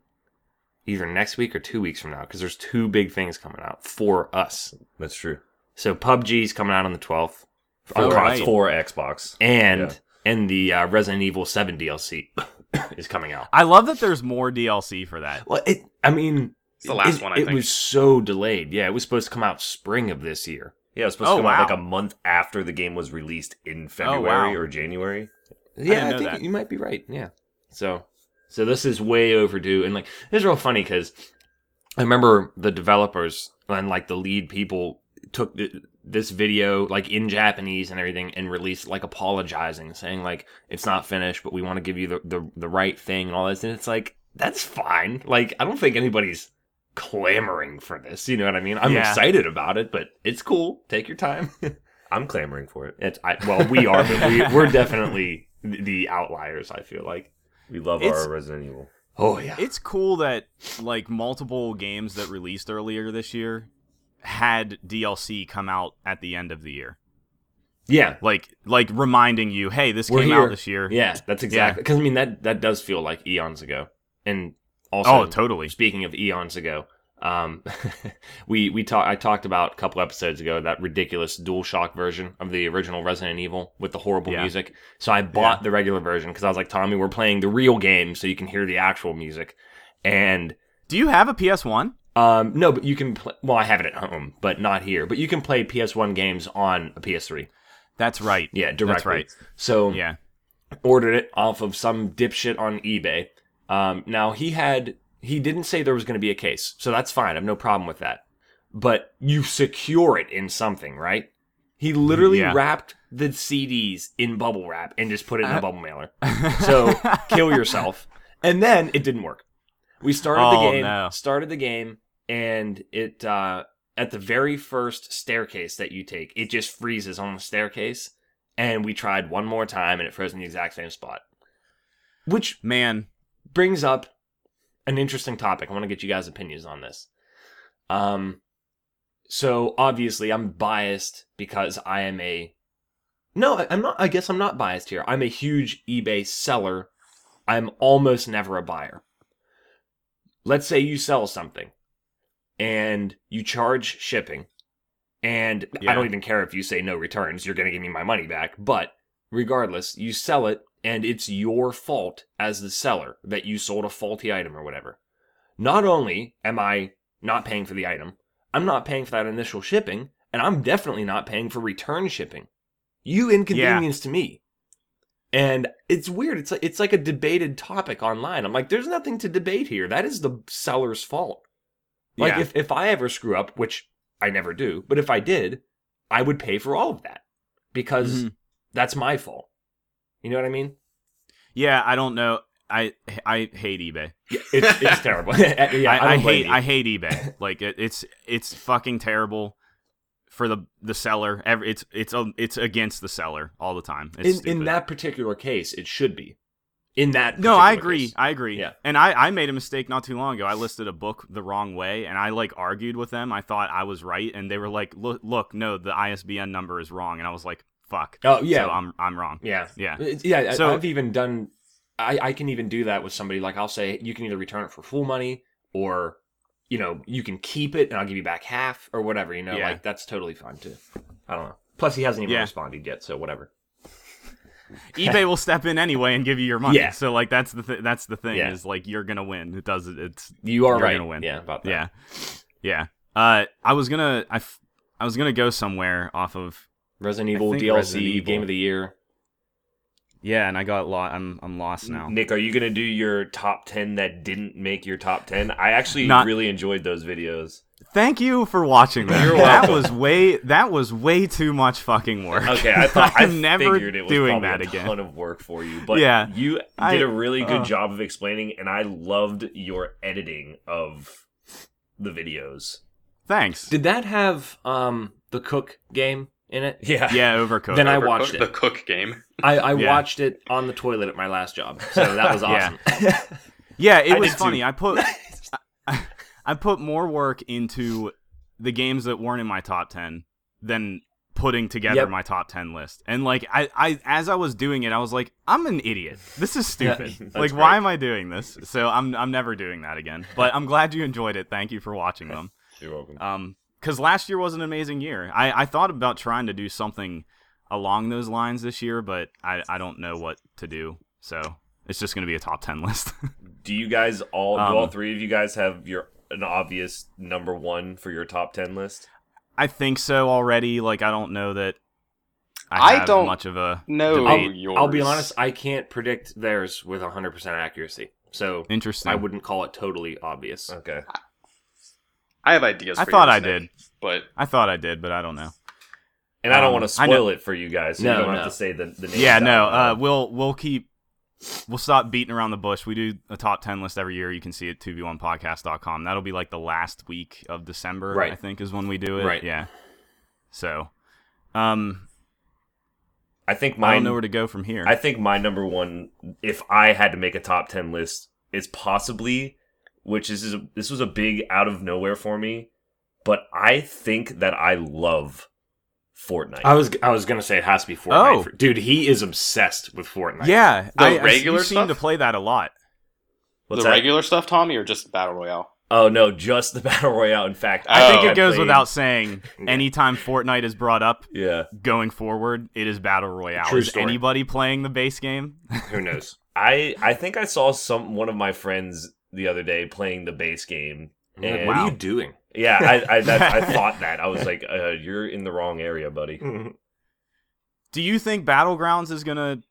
S3: either next week or two weeks from now because there's two big things coming out for us.
S2: That's true.
S3: So PUBG's coming out on the 12th
S2: For,
S3: on
S1: Oh, right.
S3: console,
S2: for Xbox.
S3: and
S2: Yeah.
S3: and the uh, Resident Evil 7 DLC is coming out.
S1: I love that there's more DLC for that.
S3: Well, it I mean
S4: It's the last
S3: it,
S4: one, I
S3: it
S4: think.
S3: was so delayed. Yeah, it was supposed to come out spring of this year.
S2: Yeah, it was supposed
S1: Oh,
S2: to come out
S1: wow.
S2: like a month after the game was released in February
S1: wow.
S2: or January.
S3: Yeah, I,
S1: know
S3: think
S1: that.
S3: you might be right. Yeah. So, so this is way overdue, and like this is real funny because I remember the developers and like the lead people took th- this video like in Japanese and everything and released like apologizing, saying like it's not finished, but we want to give you the, the the right thing and all this, and it's like that's fine. Like I don't think anybody's clamoring for this. You know what I mean? I'm
S1: Yeah.
S3: excited about it, but it's cool. Take your time.
S2: I'm clamoring for it.
S3: It's I, well, we are, but we, we're definitely th- the outliers. I feel like.
S2: We love
S1: It's-
S2: our Resident Evil.
S3: Oh yeah.
S1: It's cool that like multiple games that released earlier this year had DLC come out at the end of the year.
S3: Yeah.
S1: Like like reminding you, hey, this
S3: We're
S1: came
S3: here.
S1: out this year.
S3: Yeah. That's exactly because I mean that that does feel like eons ago, and also
S1: Oh, totally.
S3: speaking of eons ago, um, we we talked. I talked about a couple episodes ago that ridiculous DualShock version of the original Resident Evil with the horrible
S1: Yeah.
S3: music. So I bought the regular version because I was like, Tommy, we're playing the real game, so you can hear the actual music, and
S1: Do you have a PS1?
S3: Um, no, but you can play. Well, I have it at home, but not here. But you can play PS1 games on a PS3.
S1: That's right.
S3: Yeah, directly.
S1: right.
S3: So
S1: Yeah.
S3: ordered it off of some dipshit on eBay. Um, now he had he didn't say there was going to be a case, so that's fine. I have no problem with that. But you secure it in something, right? He literally
S1: Yeah.
S3: wrapped the CDs in bubble wrap and just put it in a
S1: Uh.
S3: bubble mailer. So kill yourself. And then it didn't work. We started the
S1: Oh,
S3: game,
S1: no.
S3: started the game, and it uh, at the very first staircase that you take, it just freezes on the staircase. And we tried one more time, and it froze in the exact same spot. Which
S1: Man,
S3: brings up an interesting topic. I want to get you guys' opinions on this. Um, so obviously I'm biased because I am a no, I- I'm not. I guess I'm not biased here. I'm a huge eBay seller. I'm almost never a buyer. Let's say you sell something, and you charge shipping, and I
S1: Yeah.
S3: don't even care if you say no returns. You're gonna give me my money back. But regardless, you sell it, and it's your fault as the seller that you sold a faulty item or whatever. Not only am I not paying for the item, I'm not paying for that initial shipping, and I'm definitely not paying for return shipping. You inconvenienced me. And it's weird. It's like, it's like a debated topic online. I'm like, there's nothing to debate here. That is the seller's fault. Like
S1: Yeah.
S3: if, if I ever screw up, which I never do, but if I did, I would pay for all of that because
S1: Mhm.
S3: that's my fault. You know what I mean?
S1: yeah, I don't know. I I hate eBay.
S3: Yeah, it's, it's terrible. yeah, I,
S1: I, I
S3: don't blame
S1: hate
S3: you.
S1: I hate eBay. like it, it's it's fucking terrible for the the seller. Every, it's it's um, it's against the seller all the time. It's
S3: in, in
S1: stupid.
S3: that particular case, it should be. In that
S1: no, I
S3: particular
S1: agree.
S3: case.
S1: I agree.
S3: Yeah.
S1: And I, I made a mistake not too long ago. I listed a book the wrong way and I like argued with them. I thought I was right and they were like, "Look, look no, the ISBN number is wrong." And I was like, "Fuck."
S3: Oh yeah,
S1: So I'm I'm wrong.
S3: yeah,
S1: Yeah.
S3: It's- yeah. So,
S1: So-
S3: I've even done. I I can even do that with somebody. Like I'll say, you can either return it for full money, or you know, you can keep it and I'll give you back half or whatever. You know,
S1: Yeah.
S3: like that's totally fine too. I don't know. Plus, he hasn't even
S1: Yeah.
S3: responded yet, so whatever.
S1: eBay will step in anyway and give you your money.
S3: Yeah.
S1: So like that's the th- that's the thing
S3: Yeah.
S1: is like you're going to win. It does it's
S3: You are
S1: You're
S3: right.
S1: gonna win.
S3: Yeah, about that.
S1: Yeah, yeah. Uh, I was gonna, I, f- I was gonna go somewhere off of
S3: Resident
S1: I
S3: Evil
S1: think
S3: DLC
S1: Resident Evil.
S3: game of the year.
S1: yeah, and I got lost. I'm, I'm
S3: Mm-hmm.
S1: lost now.
S2: Nick, are you gonna do your top ten that didn't make your top ten? I actually
S1: Not-
S2: really enjoyed those videos.
S1: Thank you for watching that.
S2: You're
S1: that
S2: welcome.
S1: was way, that was way too much fucking work.
S2: Okay, I thought I
S1: I'm never
S2: figured it was
S1: doing
S2: probably
S1: that
S2: a
S1: again.
S2: ton of work for you, but
S1: Yeah,
S2: you did
S1: I-
S2: a really good
S1: uh.
S2: job of explaining, and I loved your editing of the videos.
S1: Thanks.
S3: Did that have um the cook game in it?
S2: Yeah,
S1: yeah, overcooked.
S3: Then I
S4: Overcooked-
S3: watched
S4: the
S3: it.
S4: Cook game.
S3: I, I
S1: Yeah.
S3: watched it on the toilet at my last job, so that was awesome.
S1: Yeah. yeah, it
S2: I
S1: was
S2: did
S1: funny.
S2: too.
S1: I put, I, I put more work into the games that weren't in my top ten than putting together
S3: Yep.
S1: my top 10 list. And like I, I as I was doing it, I was like, I'm an idiot. This is stupid. like why am I doing this? So I'm I'm never doing that again. But I'm glad you enjoyed it. Thank you for watching them.
S3: You're welcome.
S1: Um, because last year was an amazing year. I, I thought about trying to do something along those lines this year, but I, I don't know what to do. So it's just going to be a top 10 list.
S3: Do you guys all?
S1: Um,
S3: do all three of you guys have your an obvious number one for your top ten list?
S1: I think so already. Like, I don't know that
S4: I
S1: I, have
S4: don't
S1: much of a.
S4: No,
S1: debate.
S4: yours.
S2: I'll be honest, I can't predict theirs with 100% accuracy. So
S1: Interesting.
S2: I wouldn't call it totally obvious.
S3: Okay.
S4: I have ideas.
S1: I
S4: for
S1: thought
S4: yours,
S1: I
S4: Nick,
S1: did.
S4: but
S1: I thought I did, but I don't know.
S3: And I don't
S1: Um,
S3: want to
S1: I know-
S3: spoil it for you guys. So
S2: No,
S3: you don't
S2: no.
S3: have to say the, the name.
S1: Yeah, no. Uh, we'll we'll keep we'll stop beating around the bush. We do a top ten list every year. You can see it at 2v1podcast.com. That'll be like the last week of December,
S2: Right.
S1: I think, is when we do it.
S2: Right.
S1: Yeah. So, um,
S3: I think
S1: I
S3: mine.
S1: don't know where to go from here.
S3: I think my number one, if I had to make a top ten list, is possibly, which is is a- this was a big out of nowhere for me, but I think that I love Fortnite.
S2: I was I was gonna say it has to be Fortnite.
S1: Oh.
S2: for- Dude, he is obsessed with Fortnite.
S1: yeah,
S4: The
S1: I- I,
S4: regular
S1: you seem to
S4: stuff?
S1: play that a lot.
S3: What's
S4: the
S3: that?
S4: regular stuff, Tommy, or just battle royale?
S3: oh no, just the battle royale. In fact,
S1: I think
S4: Oh,
S1: it goes
S3: played-
S1: without saying. Anytime Fortnite is brought up
S3: Yeah,
S1: going forward, it is battle royale.
S2: True
S1: is
S2: story.
S1: anybody playing the base game?
S2: Who knows?
S3: I I think I saw some one of my friends the other day playing the base game.
S2: Like,
S3: And
S2: What are you doing?
S3: Yeah, I I, that, I thought that I was like, uh, you're in the wrong area, buddy.
S1: Do you think Battlegrounds is gonna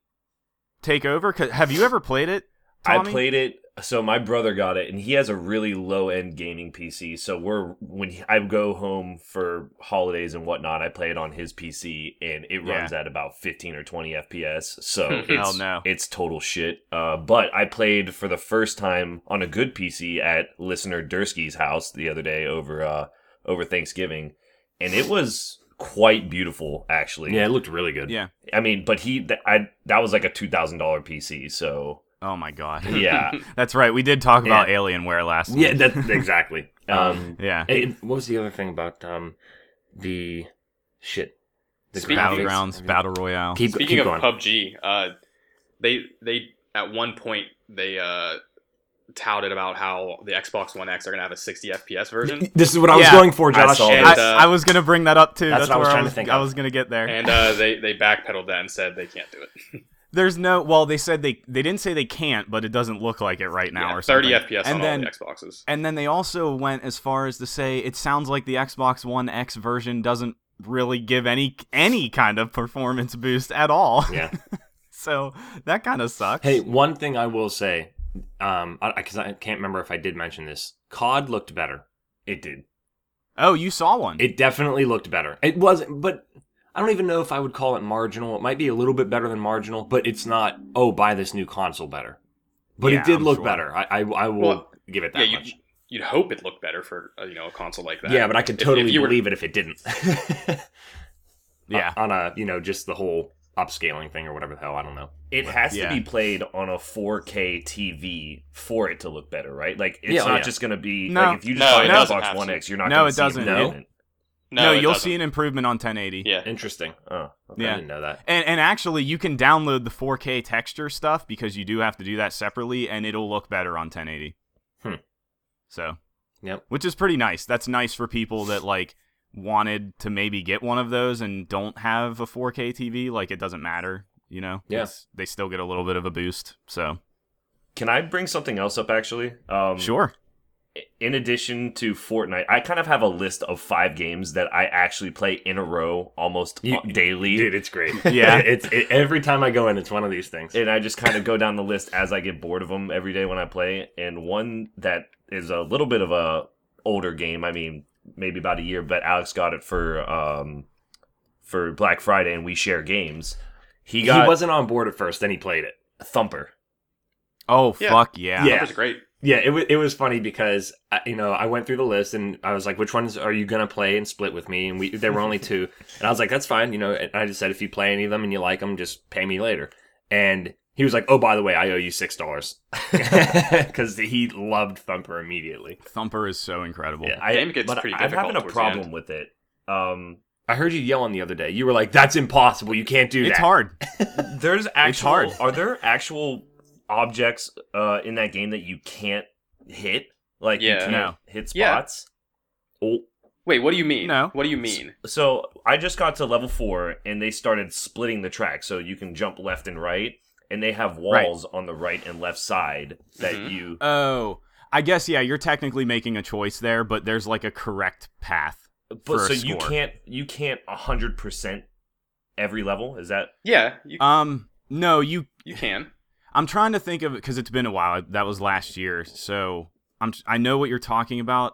S1: take over? 'Cause- have you ever played it? Tommy?
S3: I played it. So my brother got it, and he has a really low end gaming PC. So we're when he- I go home for holidays and whatnot, I play it on his PC, and it runs at about fifteen or twenty FPS. So
S4: Hell
S3: it's
S1: Oh, no.
S3: it's total shit. Uh, but I played for the first time on a good PC at listener Dursky's house the other day over uh, over Thanksgiving, and it was quite beautiful actually.
S2: Yeah, it looked really good.
S1: Yeah.
S3: I mean, but he th- I that was like a two thousand dollar PC. So
S1: Oh my god.
S3: yeah.
S1: That's right. We did talk about Alienware last.
S2: Yeah,
S1: week.
S2: that exactly. Um
S1: yeah.
S2: and what was the other thing about um the shit? The
S4: Speaking-
S2: graphics.
S1: Battlegrounds,
S2: I mean-
S1: Battle Royale.
S2: Keep,
S4: Speaking
S2: keep
S4: of
S2: going.
S4: PUBG, uh, they they at one point they uh, touted about how the Xbox One X are gonna have a 60 FPS version,
S2: This is what I was
S1: Yeah.
S2: going for,
S3: I
S2: Josh.
S3: saw
S1: I,
S4: And,
S2: I-
S4: uh,
S1: I was gonna bring that up too.
S2: That's
S1: That's,
S2: what I was
S1: where
S2: trying to think
S1: I
S2: of.
S1: was gonna get there.
S4: and uh, they they backpedaled that and said they can't do it.
S1: There's no. Well, they said they they didn't say they can't, but it doesn't look like it right now
S4: Yeah,
S1: or
S4: 30
S1: something.
S4: FPS
S1: and
S4: on
S1: then,
S4: all the Xboxes.
S1: And then they also went as far as to say it sounds like the Xbox One X version doesn't really give any any kind of performance boost at all.
S2: Yeah.
S1: so that kind of sucks.
S2: Hey, one thing I will say, um, because I, 'cause I can't remember if I did mention this, COD looked better. It did.
S1: Oh, you saw one.
S2: It definitely looked better. It wasn't, but I don't even know if I would call it marginal. It might be a little bit better than marginal, but it's not. Oh, buy this new console better. But
S1: Yeah,
S2: it did
S1: I'm
S2: look
S1: sure.
S2: better. I I, I will
S4: Well,
S2: give it
S4: yeah,
S2: that
S4: you,
S2: much.
S4: you'd hope it looked better for uh, you know a console like that.
S2: yeah, but I could
S4: If- if
S2: totally
S4: you were-
S2: believe it if it didn't.
S1: yeah.
S2: on a you know just the whole upscaling thing or whatever the hell I don't know.
S3: It has
S1: Yeah.
S3: to be played on a 4K TV for it to look better, right? Like it's
S2: Yeah. oh,
S3: not
S2: Yeah.
S3: just going to be
S1: No.
S3: like if you just
S4: No,
S3: buy
S1: it
S3: an
S4: doesn't
S3: Xbox
S4: have
S3: One
S4: to.
S3: X, you're not
S1: No,
S3: going
S1: it
S3: to see
S1: doesn't.
S3: it.
S2: No?
S3: in it.
S1: no,
S4: it
S1: you'll
S4: doesn't.
S1: see an improvement on 1080.
S4: Yeah,
S2: Interesting.
S3: Oh, okay.
S2: I
S1: Yeah.
S2: didn't know that.
S1: And, and actually, you can download the 4K texture stuff because you do have to do that separately, and it'll look better on 1080.
S2: Hmm.
S1: So,
S2: Yep.
S1: which is pretty nice. That's nice for people that like wanted to maybe get one of those and don't have a 4K TV. Like it doesn't matter, you know.
S2: Yeah.
S1: It's- they still get a little bit of a boost. So
S3: Can I bring something else up actually?
S2: Mm.
S3: Um
S1: sure.
S3: in addition to Fortnite, I kind of have a list of 5 games that I actually play in a row almost
S2: You-
S3: uh, daily.
S2: Dude, it's great.
S1: Yeah.
S2: it's it, every time I go in, it's one of these things.
S3: and I just kind of go down the list as I get bored of them every day when I play. And one that is a little bit of a older game. I mean, maybe about a year, but Alex got it for um for Black Friday, and we share games. He
S2: he,
S3: got
S2: wasn't on board at first, then he played it.
S3: Thumper.
S1: Oh
S4: Yeah.
S1: fuck yeah.
S2: Yeah.
S4: That was great.
S2: Yeah, it, w- it was funny because uh, you know I went through the list and I was like, "Which ones are you gonna play and split with me?" And we there were only two, and I was like, "That's fine," you know. And I just said, "If you play any of them and you like them, just pay me later." And he was like, "Oh, by the way, I owe you six dollars," because he loved Thumper immediately.
S1: Thumper is so incredible.
S2: Yeah.
S3: I
S4: Game gets
S3: but
S4: pretty
S3: I'm having a
S4: difficult towards the
S3: problem with it. Um,
S2: I heard you yelling the other day. You were like, "That's impossible. You can't do
S1: It's
S2: that."
S1: hard.
S3: There's actual.
S1: hard.
S3: Are there actual objects uh, in that game that you can't hit? Like you
S4: Yeah.
S3: can't
S1: No.
S3: hit
S4: Yeah.
S3: spots. Oh,
S4: Wait, what do you mean?
S1: No.
S4: What do you mean?
S3: so I just got to level four, and they started splitting the track, so you can jump left and right, and they have walls on the right and left side that
S4: Mhm.
S3: you.
S1: Oh, I guess yeah. You're technically making a choice there, but there's like a correct path.
S3: But
S1: for
S3: so
S1: a
S3: you
S1: score.
S3: can't you can't hundred percent every level. Is that
S4: Yeah, you,
S1: Um, no, you.
S4: you can.
S1: I'm trying to think of it because it's been a while. That was last year, so I'm. I know what you're talking about.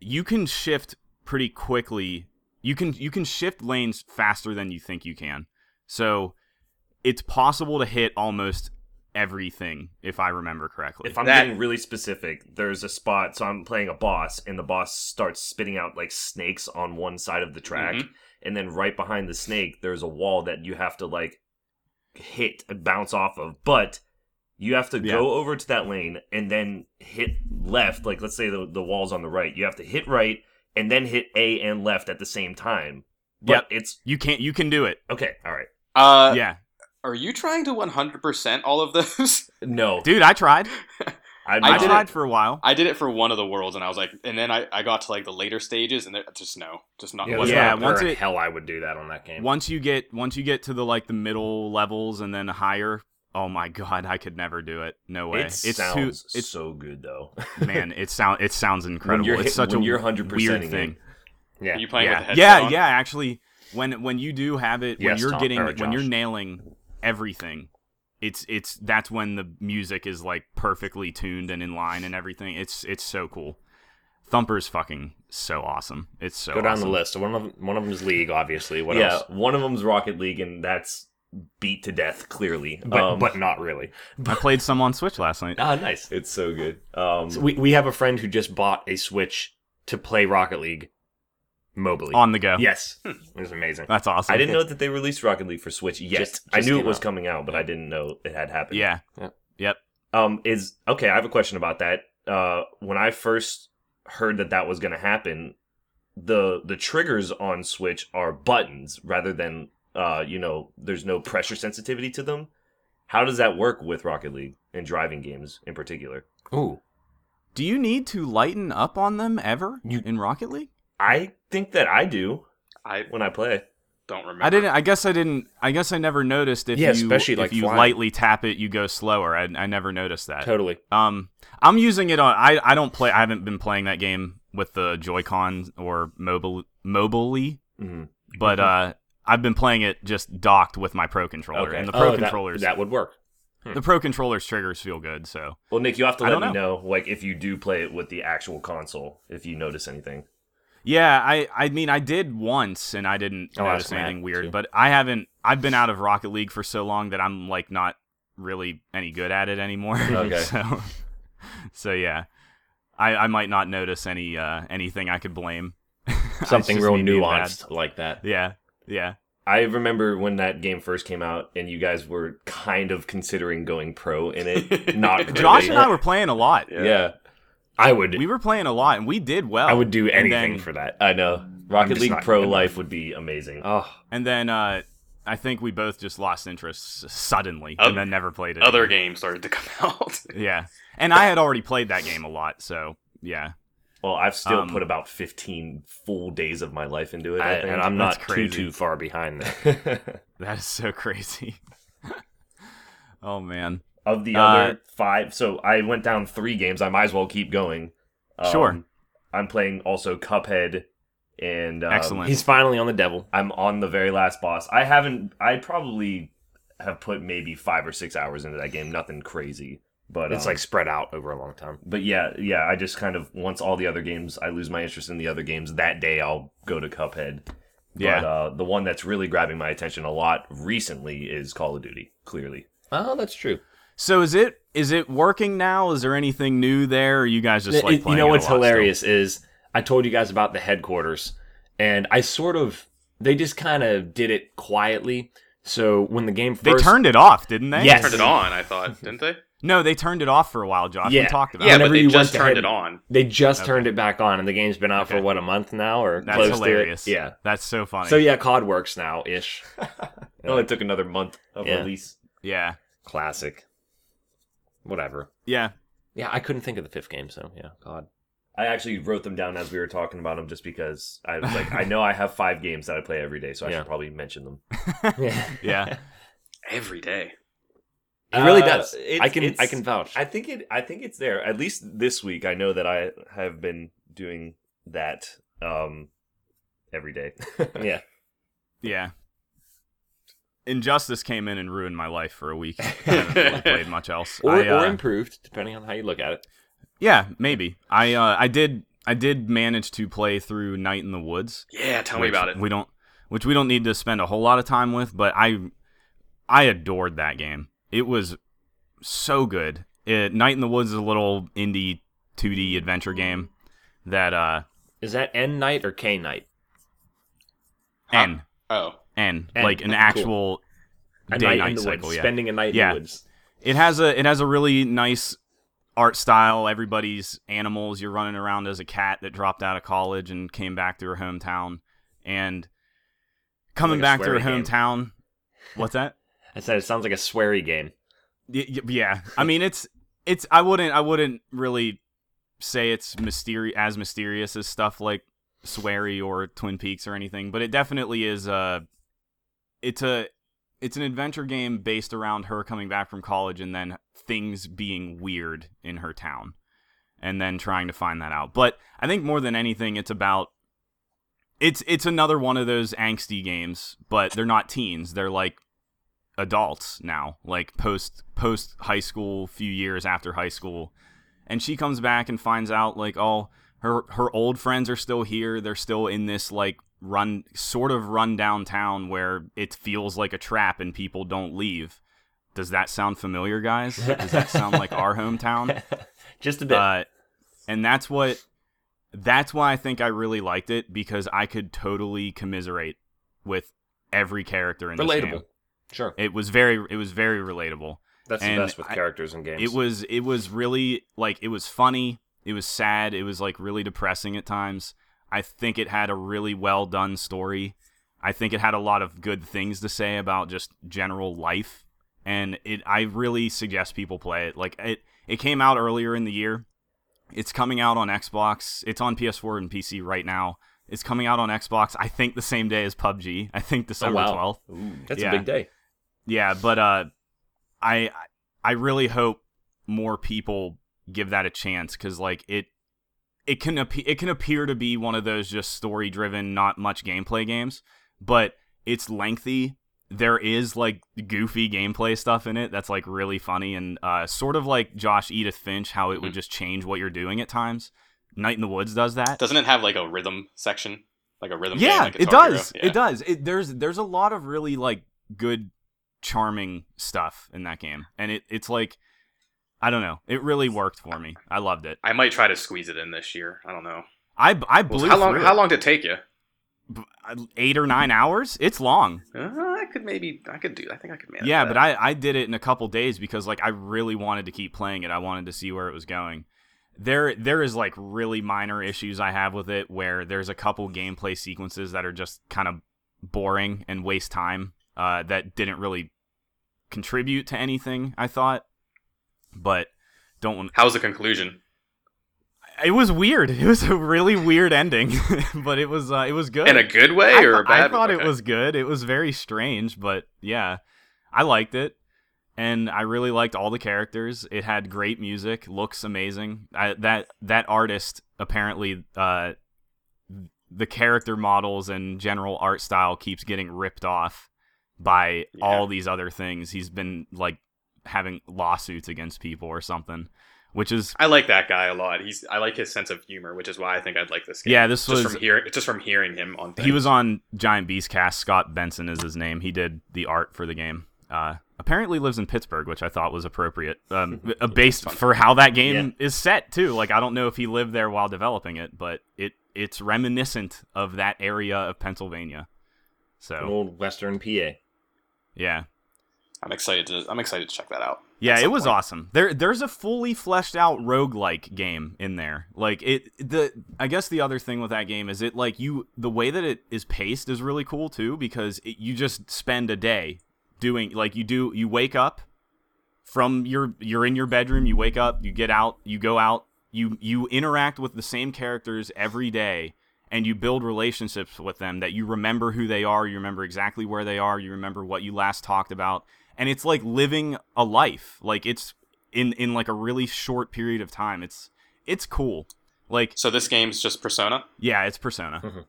S1: You can shift pretty quickly. You can you can shift lanes faster than you think you can. So it's possible to hit almost everything if I remember correctly.
S3: If I'm
S4: That-
S3: getting really specific, there's a spot. So I'm playing a boss, and the boss starts spitting out like snakes on one side of the track,
S1: Mm-hmm.
S4: Mhm.
S3: and then right behind the snake, there's a wall that you have to like hit and bounce off of. But you have to
S1: Yeah.
S3: go over to that lane and then hit left. Like let's say the the wall's on the right, you have to hit right and then hit A and left at the same time. But it's
S1: you can't. You can do it.
S3: okay. All right.
S4: Uh,
S1: yeah,
S4: Are you trying to 100% all of those?
S3: No,
S1: dude. I tried.
S3: I'm
S1: I,
S4: did it.
S1: tried for a while.
S4: I did it for one of the worlds, and I was like, and then I, I got to like the later stages, and there, just no, just not.
S2: Yeah,
S4: wasn't-
S1: Yeah,
S2: yeah
S1: once
S2: once in
S1: it-
S2: hell I would do that on that game.
S1: once you get once you get to the like the middle levels and then higher oh my god i could never do it no way
S3: It sounds
S1: too it's
S3: so good though.
S1: man it sound it sounds incredible
S3: you're
S1: it's
S3: hit-
S1: such
S3: when
S1: a
S3: you're 100%ing
S1: weird
S3: it.
S1: thing
S2: yeah.
S4: Are you playing
S1: yeah
S4: with the headset
S1: yeah
S4: on?
S1: yeah actually when when you do have it when
S2: Yes,
S1: you're
S2: Tom-
S1: getting
S2: or
S1: when you're
S2: Josh.
S1: nailing everything it's it's that's when the music is like perfectly tuned and in line and everything it's it's so cool thumper's fucking so awesome it's so
S2: Go down the
S1: awesome.
S2: list. One of one of them is League, obviously. What
S3: yeah,
S2: else?
S3: one of them's Rocket League, and that's beat to death clearly.
S2: But
S3: um,
S2: but not really.
S1: i played some on switch last night
S2: Ah, nice.
S3: it's so good. Um,
S2: So we, we have a friend who just bought a Switch to play Rocket League mobily.
S1: on the go
S2: yes, it was amazing.
S1: that's awesome
S3: Hmm. I didn't know that they released Rocket League for Switch yet.
S2: Just-
S3: I
S2: just
S3: knew it
S2: came
S3: was
S2: out.
S3: coming out, but I didn't know it had happened.
S1: yeah
S3: Um, is okay. I have a question about that. Uh, when I first heard that that was going to happen, the the triggers on Switch are buttons rather than uh, you know, there's no pressure sensitivity to them. How does that work with Rocket League and driving games in particular?
S2: Ooh,
S1: Do you need to lighten up on them ever
S2: You-
S1: in Rocket League?
S3: I think that I do
S4: I
S3: when I play.
S4: don't remember.
S1: I didn't. I guess I didn't. I guess I never noticed if
S2: Yeah,
S1: you
S2: especially,
S1: if
S2: like,
S1: you
S2: flying.
S1: lightly tap it, you go slower. I, I never noticed that.
S2: totally.
S1: Um, I'm using it on. I, I don't play. I haven't been playing that game with the Joy-Con or mobile mobilely,
S3: Mm-hmm.
S1: but uh, I've been playing it just docked with my Pro controller,
S3: Okay.
S1: and the Pro
S2: Oh, that-
S1: controllers
S2: that, would work.
S1: the Pro controller's triggers feel good. So
S3: Well, Nick, you have to
S1: I
S3: let
S1: don't
S3: me know. like, if you do play it with the actual console, if you notice anything.
S1: yeah, I I mean I did once, and I didn't
S2: Oh, I was
S1: notice anything
S2: mad,
S1: weird.
S2: too.
S1: But I haven't. I've been out of Rocket League for so long that I'm like not really any good at it anymore.
S3: Okay.
S1: so, so yeah, I, I might not notice any uh, anything I could blame. I
S2: Something
S1: just
S2: real
S1: need to be
S2: nuanced like that.
S1: bad. Yeah, yeah.
S3: I remember when that game first came out, and you guys were kind of considering going pro in it. Not really.
S1: Josh and I were playing a lot.
S3: Yeah.
S2: I would.
S1: We were playing a lot, and we did well.
S2: I would do
S1: And
S2: anything
S1: then-
S2: for that.
S3: I know. Rocket
S2: just
S3: League
S2: not
S3: Pro
S2: good
S3: Life would be amazing.
S2: Oh,
S1: And then uh, I think we both just lost interest s- suddenly,
S4: Oth-
S1: and then never played it.
S4: Other games started to come out.
S1: Yeah, and I had already played that game a lot, so yeah.
S3: Well, I've still
S1: Um,
S3: put about 15 full days of my life into it.
S2: I-
S3: I, think.
S2: and I'm
S1: That's
S2: not too
S1: crazy.
S2: too far behind that.
S1: That is so crazy. oh man.
S3: of the
S1: Uh,
S3: other five. So I went down three games. I might as well keep going. Um,
S1: Sure.
S3: I'm playing also Cuphead and um,
S1: Excellent.
S2: He's finally on the devil.
S3: I'm on the very last boss. I haven't. I probably have put maybe five or six hours into that game. Nothing crazy, but
S2: It's
S3: um,
S2: like spread out over a long time.
S3: But yeah, yeah. I just kind of once all the other games, I lose my interest in the other games. That day, I'll go to Cuphead.
S1: Yeah.
S3: But uh, the one that's really grabbing my attention a lot recently is Call of Duty. Clearly,
S2: Oh, that's true.
S1: so is it is it working now? Is there anything new there? Or are you guys just like
S2: you
S1: playing
S2: know
S1: it a
S2: what's
S1: lot still?
S2: hilarious is I told you guys about the headquarters, and I sort of they just kind of did it quietly. So when the game
S1: They
S2: first
S1: turned it off, didn't they?
S2: Yes.
S4: Turned it on, I thought, didn't they?
S1: No, they turned it off for a while, Josh.
S2: Yeah.
S1: We talked about it.
S2: Yeah, Whenever
S4: but they
S2: you
S4: just
S2: went to
S4: turned
S2: Hidden-
S4: it on.
S2: They just
S1: Okay.
S2: turned it back on, and the game's been out for
S1: Okay.
S2: what a month now, or
S1: That's
S2: close
S1: hilarious.
S2: to it. Yeah.
S1: That's so funny.
S2: So yeah, COD works now ish.
S3: It only took another month of
S2: Yeah.
S3: release.
S1: yeah.
S3: Classic.
S2: Whatever.
S1: Yeah.
S2: Yeah, I couldn't think of the fifth game, so yeah, COD.
S3: I actually wrote them down as we were talking about them, just because I was like, I know I have five games that I play every day, so I
S2: Yeah.
S3: should probably mention them.
S2: yeah,
S1: Yeah.
S4: Every day.
S2: it really
S3: Uh,
S2: does.
S3: it's-
S2: I can I
S3: it's-
S2: can vouch.
S3: I think it. I think it's there. At least this week, I know that I have been doing that um, every day.
S2: yeah,
S1: Yeah. Injustice came in and ruined my life for a week. I haven't really played much else.
S2: or,
S1: I, uh,
S2: or improved depending on how you look at it.
S1: yeah, maybe. I uh, I did I did manage to play through Night in the Woods.
S4: Yeah, tell me
S1: which
S4: about it.
S1: We don't which we don't need to spend a whole lot of time with, but I I adored that game. It was so good. It, Night in the Woods is a little indie 2D adventure game that uh
S2: Is that N night or K night?
S4: Huh?
S1: N
S4: Oh,
S1: N,
S2: N,
S1: like an
S2: cool.
S1: actual
S2: A
S1: day
S2: night
S1: night
S2: in the
S1: cycle,
S2: woods,
S1: yeah.
S2: spending a night
S1: Yeah.
S2: in the woods.
S1: it has a it has a really nice art style everybody's animals you're running around as a cat that dropped out of college and came back to her hometown and coming
S2: Like a
S1: back to her
S2: sweary game.
S1: hometown what's that
S2: I said it sounds like a sweary game.
S1: Y- y- yeah i mean it's it's i wouldn't i wouldn't really say it's mysterious as mysterious as stuff like sweary or twin peaks or anything but it definitely is uh it's a it's an adventure game based around her coming back from college and then things being weird in her town and then trying to find that out but i think more than anything it's about it's it's another one of those angsty games but they're not teens they're like adults now, like post post high school, few years after high school. And she comes back and finds out like all her her old friends are still here. They're still in this like run sort of run downtown where it feels like a trap and people don't leave. Does that sound familiar, guys? Does that sound like our
S2: Um,
S1: hometown?
S2: Just a bit.
S1: Uh, and that's what that's why I think I really liked it because I could totally commiserate with every character in this game.
S2: Relatable. Sure.
S1: It was very it was very relatable.
S2: That's
S1: the and best with I-
S2: characters and games.
S1: It was it was really like it was funny, it was sad, it was like really depressing at times. I think it had a really well done story. I think it had a lot of good things to say about just general life and it I really suggest people play it. Like it it came out earlier in the year. It's coming out on Xbox. It's on PS4 and PC right now. It's coming out on Xbox. I think the same day as PUBG. I think December
S2: Oh, wow.
S1: 12th
S2: That's
S1: yeah.
S2: a big day.
S1: yeah but uh i i really hope more people give that a chance because like it it can appe- it can appear to be one of those just story driven not much gameplay games but it's lengthy there is like goofy gameplay stuff in it that's like really funny and uh sort of like josh edith finch how it would
S4: Mhm.
S1: just change what you're doing at times night in the woods does that
S4: doesn't it have like a rhythm section, like a rhythm? game,
S1: yeah,
S4: like
S1: it
S4: Guitar Hero?
S1: does.
S4: Yeah.
S1: It does. It there's there's a lot of really like good, charming stuff in that game, and it it's like, I don't know, it really worked for me. I loved it.
S4: I might try to squeeze it in this year. I don't know.
S1: I I blew
S4: how long?
S1: through
S4: How
S1: it.
S4: long did it take you?
S1: B- Eight or nine hours. It's long.
S4: Uh, I could maybe. I could do. I think I could manage.
S1: yeah,
S4: that.
S1: but I I did it in a couple days because like I really wanted to keep playing it. I wanted to see where it was going. There there is like really minor issues I have with it where there's a couple gameplay sequences that are just kind of boring and waste time uh, that didn't really contribute to anything. I thought, but don't want.
S4: How's the conclusion?
S1: It was weird. It was a really weird ending, but it was uh, it was good.
S4: In a good way
S1: I,
S4: or a
S1: thought- I
S4: bad?
S1: thought
S4: okay.
S1: it was good. It was very strange, but yeah, I liked it, and I really liked all the characters. It had great music, looks amazing. I, that that artist apparently, uh, the character models and general art style keeps getting ripped off by
S4: Yeah.
S1: all these other things. He's been like having lawsuits against people or something, which is
S4: I like that guy a lot. He's. I like his sense of humor, which is why I think I'd like this game.
S1: yeah. This
S4: just
S1: was
S4: from hearing just from hearing him on. Things.
S1: He was on Giant Beast Cast. Scott Benson is his name. He did the art for the game. Uh, apparently lives in Pittsburgh, which I thought was appropriate, um, uh, based for how that game is set too. Like I don't know if he lived there while developing it, but it it's reminiscent of that area of Pennsylvania.
S2: An
S1: So
S2: Oh. old Western PA.
S1: yeah,
S4: I'm excited to. I'm excited to check that out.
S1: Yeah,
S4: at
S1: it
S4: some
S1: was
S4: point.
S1: awesome. There there's a fully fleshed out roguelike game in there. Like it the I guess the other thing with that game is it like you the way that it is paced is really cool too because it, you just spend a day doing like you do you wake up from your you're in your bedroom, you wake up, you get out, you go out, you you interact with the same characters every day and you build relationships with them that you remember who they are, you remember exactly where they are, you remember what you last talked about, and it's like living a life. Like it's in in like a really short period of time. It's it's cool. Like
S4: So this game's just Persona.
S1: yeah, it's Persona.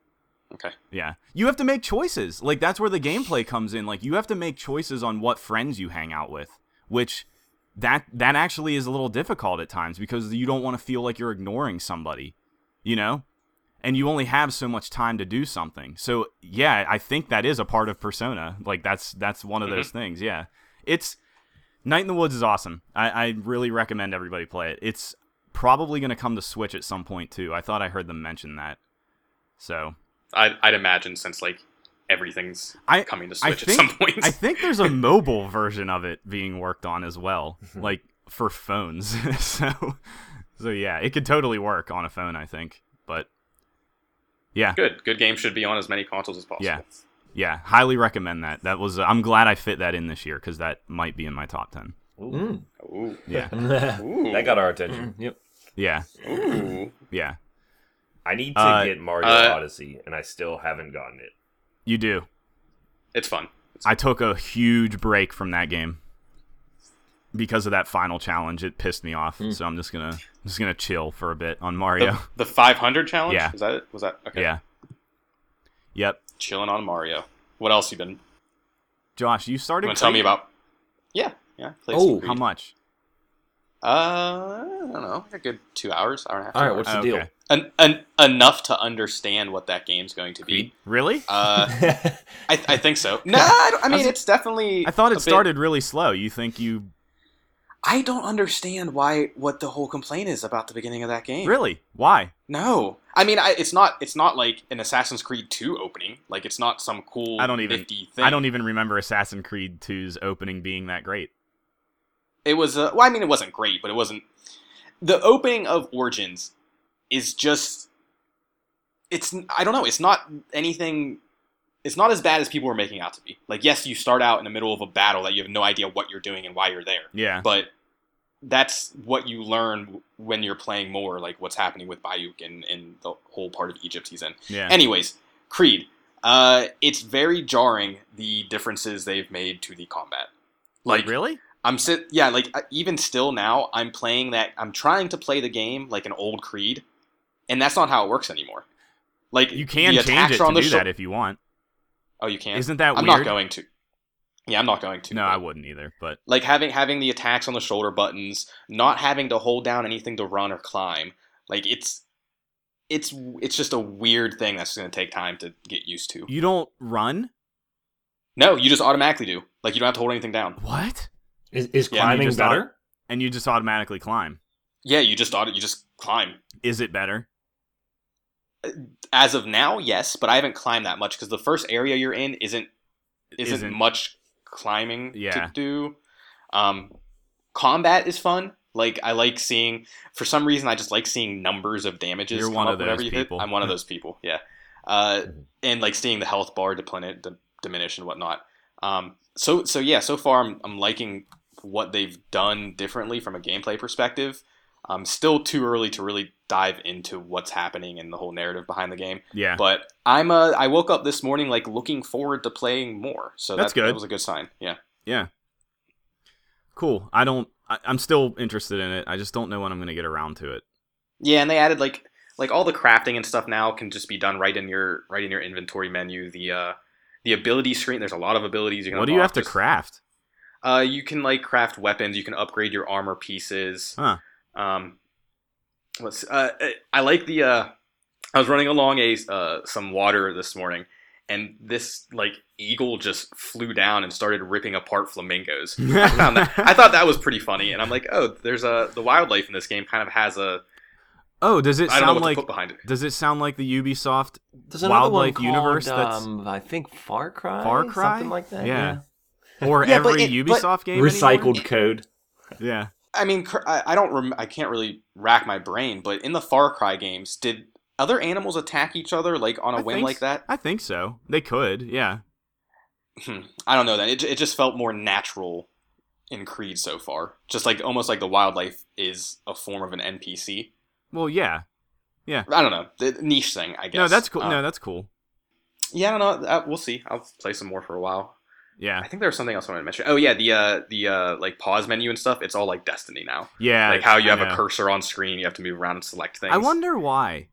S4: Okay.
S1: Yeah. You have to make choices. Like that's where the gameplay comes in. Like you have to make choices on what friends you hang out with, which that that actually is a little difficult at times because you don't want to feel like you're ignoring somebody, you know? And you only have so much time to do something. So, yeah, I think that is a part of persona. Like that's that's one of those things, yeah. It's Night in the Woods is awesome. I, I really recommend everybody play it. It's probably going to come to Switch at some point too. I thought I heard them mention that. So,
S4: I'd, I'd imagine since like everything's
S1: I
S4: coming to
S1: I
S4: Switch
S1: think-
S4: at some point.
S1: I think there's a mobile version of it being worked on as well, like for phones. so, so yeah, it could totally work on a phone, I think. But yeah,
S4: good. Good game should be on as many consoles as possible.
S1: Yeah. yeah, highly recommend that. That was I'm glad I fit that in this year because that might be in my top ten.
S2: Mm.
S3: Ooh.
S4: Ooh.
S1: Yeah,
S4: Ooh.
S3: That got our attention.
S2: yep.
S1: yeah,
S4: Ooh.
S1: yeah.
S3: I need to
S1: Uh,
S3: get Mario
S4: uh,
S3: Odyssey, and I still haven't gotten it.
S1: You do.
S4: It's fun.
S1: I took a huge break from that game because of that final challenge. It pissed me off, so I'm just gonna just gonna chill for a bit on
S4: The,
S1: Mario.
S4: the 500 challenge.
S1: Yeah.
S4: Is that it? Was that okay?
S1: yeah. Yep.
S4: Chilling on Mario. What else you been?
S1: Josh, you started.
S4: You want to tell me
S1: Creed?
S4: about? Yeah. Yeah. played
S2: Oh,
S4: some Creed.
S1: How much?
S4: Uh, I don't know. A good two hours, hour and a half.
S2: All
S4: two
S2: right,
S4: hours.
S2: what's the
S1: Okay.
S2: deal?
S4: an, an, enough to understand what that game's going to be.
S1: Really?
S4: Uh, I, I think so. No, I, don't- I mean it's definitely.
S1: I thought it
S4: a bit-
S1: started really slow. You think you
S4: I don't understand why what the whole complaint is about the beginning of that game.
S1: really? Why?
S4: No, I mean I, it's not. It's not like an Assassin's Creed Two opening. Like it's not some cool.
S1: I don't even-
S4: nifty thing.
S1: I don't even remember Assassin's Creed 2's opening being that great.
S4: It was. Uh, well, I mean it wasn't great, but it wasn't. The opening of Origins is just. It's. I don't know. It's not anything. It's not as bad as people were making out to be. Like yes, you start out in the middle of a battle that you have no idea what you're doing and why you're there.
S1: Yeah.
S4: but that's what you learn when you're playing more, like what's happening with Bayuk and, and the whole part of Egypt he's in.
S1: Yeah.
S4: Anyways, Creed. Uh, it's very jarring the differences they've made to the combat. Like
S1: really?
S4: I'm sit, yeah, like I- even still now, I'm playing that. I'm trying to play the game like an old Creed, and that's not how it works anymore. Like
S1: You can
S4: the
S1: change
S4: attacks
S1: it
S4: are on
S1: to
S4: the
S1: do
S4: shou-
S1: that if you want.
S4: Oh, you can.
S1: Isn't that
S4: I'm
S1: weird?
S4: not going to. Yeah, I'm not going to.
S1: no,
S4: but-
S1: I wouldn't either. But
S4: like having having the attacks on the shoulder buttons, not having to hold down anything to run or climb. Like it's it's it's just a weird thing that's going to take time to get used to.
S1: you don't run.
S4: No, you just automatically do. Like you don't have to hold anything down.
S1: What?
S2: Is, is
S4: Yeah, you
S2: climbing
S1: just
S2: better?
S1: And you just automatically climb.
S4: Yeah, you just auto, you just climb.
S1: Is it better?
S4: As of now, yes, but I haven't climbed that much because the first area you're in isn't isn't,
S1: Isn't-
S4: much climbing
S1: Yeah.
S4: to do. Um, combat is fun. Like I like seeing. For some reason, I just like seeing numbers of damages.
S1: You're
S4: come
S1: one
S4: up
S1: of those
S4: whenever you hit.
S1: people. Mhm.
S4: I'm one of those people. Yeah. Uh, and like seeing the health bar deplin- d- diminish and whatnot. Um, so so yeah. So far, I'm I'm liking what they've done differently from a gameplay perspective. Um, still too early to really dive into what's happening and the whole narrative behind the game.
S1: Yeah.
S4: But I'm uh, I woke up this morning like looking forward to playing more. So
S1: That's
S4: that,
S1: good.
S4: That was a good sign. Yeah.
S1: yeah. Cool. I don't. I, I'm still interested in it. I just don't know when I'm gonna get around to it.
S4: Yeah, and they added like like all the crafting and stuff now can just be done right in your right in your inventory menu. The uh the ability screen. There's a lot of abilities you can.
S1: What do you have
S4: unlock.
S1: to
S4: Just-
S1: craft?
S4: Uh, you can like craft weapons. You can upgrade your armor pieces.
S1: Huh.
S4: Um, let's. Uh, I- I like the. Uh, I was running along a uh, some water this morning, and this like eagle just flew down and started ripping apart flamingos. I found that. I thought that was pretty funny, and I'm like, oh, there's a the wildlife in this game kind of has a.
S1: Oh, does it
S4: I don't know
S1: sound
S4: what
S1: like?
S4: to put behind it.
S1: Does it sound like the Ubisoft
S2: There's another
S1: wildlife
S2: one
S1: universe
S2: called,
S1: that's-
S2: um, I think Far Cry,
S1: Far Cry?
S2: something like that.
S1: Yeah. or
S2: Yeah, but
S1: every
S2: it- but-
S1: Ubisoft game? anymore?
S3: Recycled code.
S1: yeah.
S4: I mean, cr- I I don't. Rem- I can't really rack my brain, but in the Far Cry games, did other animals attack each other like on a
S1: I
S4: whim
S1: think
S4: like
S1: s-
S4: that?
S1: I think so. They could. Yeah.
S4: Hmm. I don't know. Then it ju- it just felt more natural in Creed so far. Just like almost like the wildlife is a form of an NPC.
S1: Well, yeah.
S4: I don't know the niche thing. I guess.
S1: No, that's cool.
S4: Uh,
S1: no, that's cool.
S4: Yeah, I don't know. Uh, we'll see. I'll play some more for a while.
S1: Yeah.
S4: I think there was something else I wanted to mention. Oh yeah, the uh, the uh, like pause menu and stuff. It's all like Destiny now.
S1: Yeah.
S4: like how you have
S1: know.
S4: a cursor on screen, you have to move around and select things.
S1: I wonder why.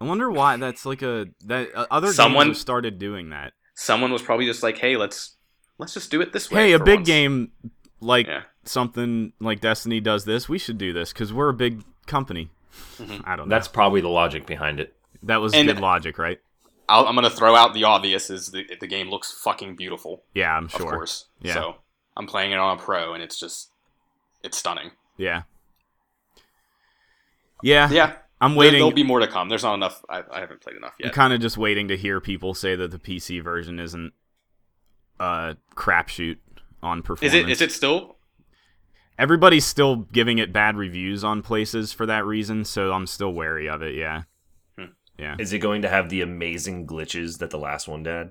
S1: I wonder why that's like a that uh, other
S4: Someone-
S1: games have started doing that.
S4: Someone was probably just like, "Hey, let's let's just do it this way."
S1: Hey, a
S4: for
S1: big
S4: once."
S1: game like
S4: Yeah.
S1: something like Destiny does this. We should do this because we're a big company.
S4: Mhm.
S1: I don't. know.
S2: That's probably the logic behind it.
S1: that was
S4: and-
S1: good logic, right?
S4: I'll, I'm gonna throw out the obvious: is the the game looks fucking beautiful,
S1: Yeah, I'm
S4: of
S1: sure.
S4: course.
S1: Yeah.
S4: So I'm playing it on a pro, and it's just it's stunning.
S1: Yeah. Yeah,
S4: Yeah,
S1: I'm
S4: there,
S1: waiting.
S4: there'll be more to come. There's not enough. I, I haven't played enough
S1: I'm
S4: yet.
S1: kind of just waiting to hear people say that the PC version isn't a crapshoot on performance.
S4: Is it is it still?
S1: Everybody's still giving it bad reviews on places for that reason, so I'm still wary of it. Yeah,
S3: Is it going to have the amazing glitches that the last one did?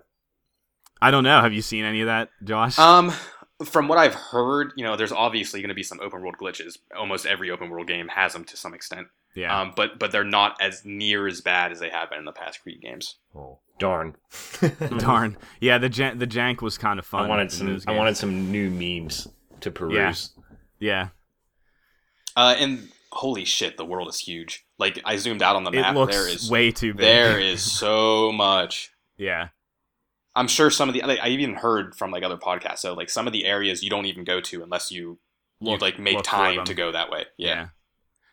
S1: I don't know. Have you seen any of that, Josh?
S4: Um, from what I've heard, you know, there's obviously going to be some open world glitches. Almost every open world game has them to some extent.
S1: yeah,
S4: Um, but but they're not as near as bad as they have been in the past Creed games.
S2: Oh, darn.
S4: um,
S1: darn. Yeah, the jan- the jank was kind of fun.
S2: I wanted
S1: in
S2: some.
S1: those
S2: I
S1: games.
S2: wanted some new memes to peruse.
S1: Yeah,
S4: Uh, and holy shit, the world is huge. Like I zoomed out on the
S1: it
S4: map.
S1: looks
S4: there is
S1: way too big.
S4: there is so much.
S1: Yeah,
S4: I'm sure some of the like, I even heard from like other podcasts. So like some of the areas you don't even go to unless you you
S1: Look-
S4: like make
S1: look for
S4: time
S1: them.
S4: to go that way. Yeah,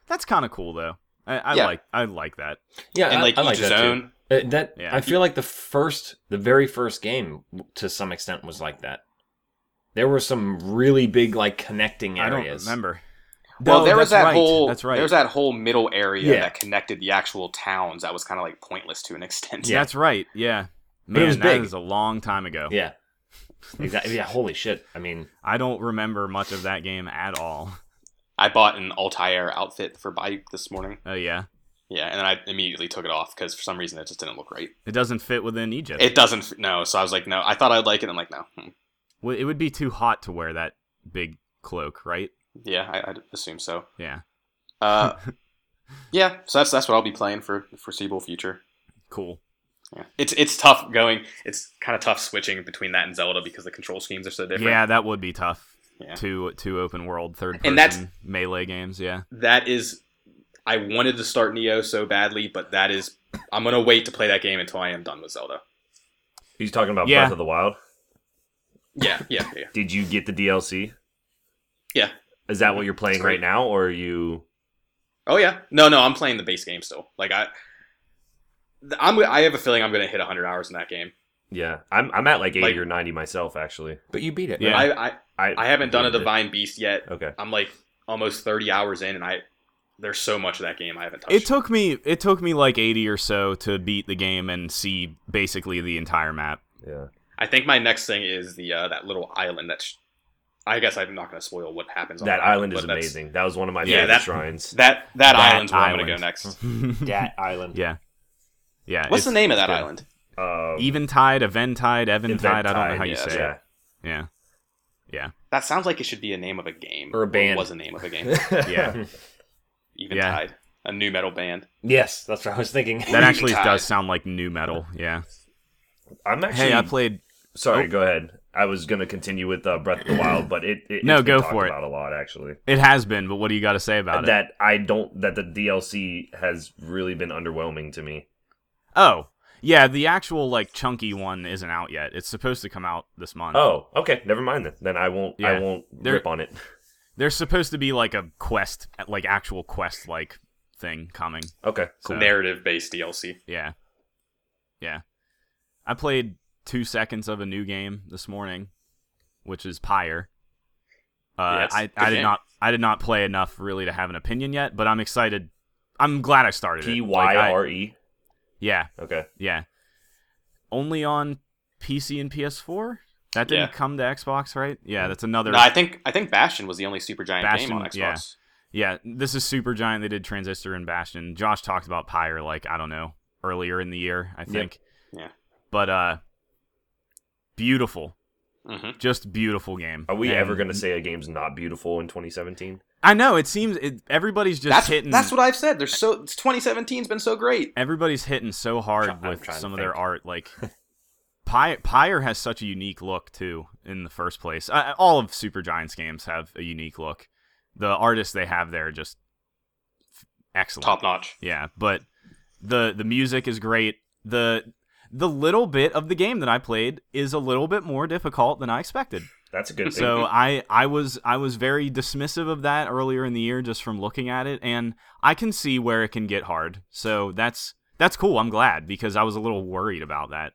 S1: That's kind of cool though. I, I
S4: Yeah.
S1: like I like that.
S2: Yeah,
S4: and
S2: I-
S4: like
S2: I,
S4: each
S2: like that too.
S4: zone.
S2: Uh, that
S1: Yeah.
S2: I feel like the first, the very first game, to some extent, was like that. There were some really big like connecting
S1: I don't
S2: areas.
S1: remember.
S4: Well,
S1: No,
S4: there was
S1: that's
S4: that
S1: right.
S4: whole
S1: That's right.
S4: There was that whole middle area
S2: Yeah.
S4: that connected the actual towns. That was kind of like pointless to an extent.
S2: Yeah.
S1: That's right. Yeah.
S2: But it was
S1: Man, that
S2: big.
S1: is a long time ago.
S2: Yeah, exactly. Yeah, holy shit. I mean,
S1: I don't remember much of that game at all.
S4: I bought an Altair outfit for bike this morning.
S1: Oh yeah.
S4: Yeah, and then I immediately took it off because for some reason it just didn't look right.
S1: It doesn't fit within Egypt.
S4: It doesn't. f- No, so I was like, no. I thought I'd like it. I'm like, no. Hmm.
S1: Well, it would be too hot to wear that big cloak, right?
S4: Yeah, I, I'd assume so.
S1: Yeah.
S4: Uh, yeah. So that's that's what I'll be playing for the foreseeable future.
S1: Cool.
S4: Yeah. It's it's tough going. It's kind of tough switching between that and Zelda because the control schemes are so different.
S1: Yeah, that would be tough.
S4: Yeah.
S1: Two two open world third person
S4: And that's-
S1: melee games, yeah.
S4: that is I wanted to start Neo so badly, but that is I'm gonna wait to play that game until I am done with Zelda.
S3: He's talking about
S1: Yeah.
S3: Breath of the Wild.
S4: Yeah, yeah, yeah.
S3: Did you get the DLC?
S4: Yeah.
S3: Is that what you're playing
S4: Great.
S3: right now, or are you?
S4: Oh yeah. No, no, I'm playing the base game still. Like I th- I'm I have a feeling I'm gonna hit 100 hours in that game.
S3: Yeah, I'm. I'm at like eighty
S4: Like-
S3: or ninety myself, actually.
S2: but you beat it.
S1: Yeah.
S2: right?
S4: I I, I haven't done a divine beast yet.
S3: Okay.
S4: I'm like almost 30 hours in, and I there's so much of that game I haven't touched.
S1: It took me it took me like 80 or so to beat the game and see basically the entire map.
S3: Yeah.
S4: I think my next thing is the uh, that little island that's. I guess I'm not gonna spoil what happens. on
S3: That island is
S4: but that's-
S3: amazing. That was one of my
S4: Yeah,
S3: favorite
S4: that-
S3: shrines.
S4: That that,
S1: That
S4: island's where I'm gonna
S1: island.
S4: go next.
S2: Dat Island.
S1: Yeah. Yeah.
S4: What's the
S1: it's
S4: name of that
S1: good.
S4: island?
S3: Um,
S1: Eventide, Eventide, Eventide, I don't know
S3: Eventide,
S1: how you
S4: yeah,
S1: say
S3: yeah.
S1: it. Yeah.
S4: That sounds like it should be a name of a game.
S2: Or a band.
S4: was a name of a game.
S1: Yeah.
S4: Even
S1: Yeah.
S4: Tide. A new metal band.
S2: Yes, that's what I was thinking.
S1: That actually
S4: Eventide.
S1: does sound like new metal. Yeah.
S3: I'm actually.
S1: Hey, I played
S3: Sorry,
S1: Oh.
S3: go ahead. I was gonna continue with uh, Breath of the Wild, but it, it
S1: No,
S3: it's been
S1: go
S3: talked
S1: for it.
S3: About a lot actually.
S1: It has been, but what do you got to say about it?
S3: that I don't. That the DLC has really been underwhelming to me.
S1: Oh, yeah, the actual like chunky one isn't out yet. It's supposed to come out this month.
S3: Oh, okay. Never mind then. Then I won't.
S1: Yeah.
S3: I won't
S1: There-
S3: rip on it.
S1: There's supposed to be like a quest, like actual quest like thing coming.
S3: Okay.
S1: So,
S4: Narrative based DLC.
S1: yeah. Yeah. I played 2 seconds of a new game this morning, which is Pyre.
S4: Yeah,
S1: Uh,
S4: it's
S1: I,
S4: a
S1: I
S4: good
S1: did
S4: game.
S1: not I did not play enough really to have an opinion yet, but I'm excited. I'm glad I started
S3: P
S1: it.
S3: Y
S1: Like, I-
S3: R E.
S1: yeah,
S3: Okay.
S1: yeah. Only on PC and PS4? That didn't
S4: Yeah. Mm.
S1: come to Xbox, right? Yeah, that's another.
S4: No, I think I think Bastion was the only super giant game on Xbox.
S1: Bastion, yeah. yeah, this is Super Giant. They did Transistor and Bastion. Josh talked about Pyre, like I don't know, earlier in the year, I think.
S4: Yeah.
S1: But uh, beautiful,
S4: hmm
S1: just beautiful game.
S3: Are we
S1: And
S3: ever going to say a game's not beautiful in 2017?
S1: I know it seems it, everybody's just
S4: That's
S1: hitting.
S4: that's what I've said. There's so 2017's been so great.
S1: everybody's hitting so
S2: I'm
S1: hard
S2: trying
S1: with
S2: to
S1: some of their
S2: think.
S1: art. Like Pyre, Pyre has such a unique look too. In the first place, I, I- all of Supergiant's games have a unique look. The artists they have there are just f- excellent,
S4: Top notch.
S1: Yeah, but the the music is great. the The little bit of the game that I played is a little bit more difficult than I expected.
S3: That's a good thing.
S1: So I I was I was very dismissive of that earlier in the year just from looking at it and I can see where it can get hard. So that's that's cool. I'm glad because I was a little worried about that.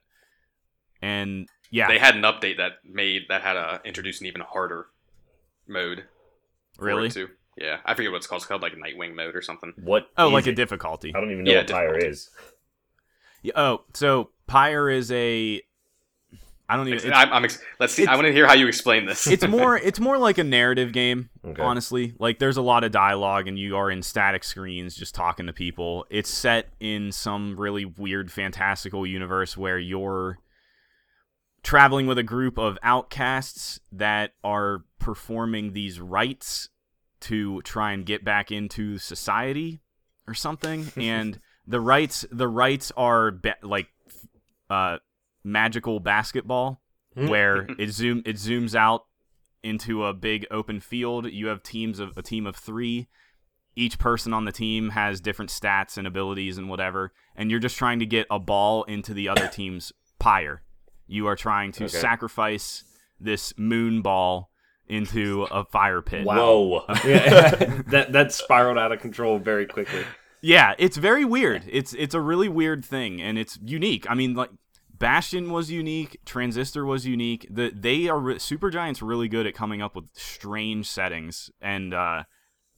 S1: And yeah,
S4: They had an update that made that had a introduced an even harder mode. for it
S1: really.
S4: Too. Yeah, I forget what it's called. It's called like Nightwing mode or something.
S3: what?
S1: Oh,
S3: is
S1: like a
S3: it?
S1: difficulty.
S3: I don't even know
S4: Yeah,
S3: what Pyre is.
S1: Yeah, Oh, so Pyre is a I don't even
S4: Ex-
S1: it's-
S4: I'm, I'm ex- let's see. I
S1: it's-
S4: want to hear how you explain this.
S1: it's more it's more like a narrative game
S3: Okay.
S1: honestly like there's a lot of dialogue and you are in static screens just talking to people it's set in some really weird fantastical universe where you're traveling with a group of outcasts that are performing these rites to try and get back into society or something and the rights the rights are ba- like uh magical basketball where it zoom it zooms out into a big open field you have teams of a team of 3 each person on the team has different stats and abilities and whatever and you're just trying to get a ball into the other team's pyre you are trying to
S3: Okay.
S1: sacrifice this moon ball into a fire pit
S3: Whoa.
S2: Yeah, that that spiraled out of control very quickly.
S1: Yeah, it's very weird. It's it's a really weird thing, and it's unique. I mean, like Bastion was unique, Transistor was unique. The they are re- Supergiant's really good at coming up with strange settings, and uh,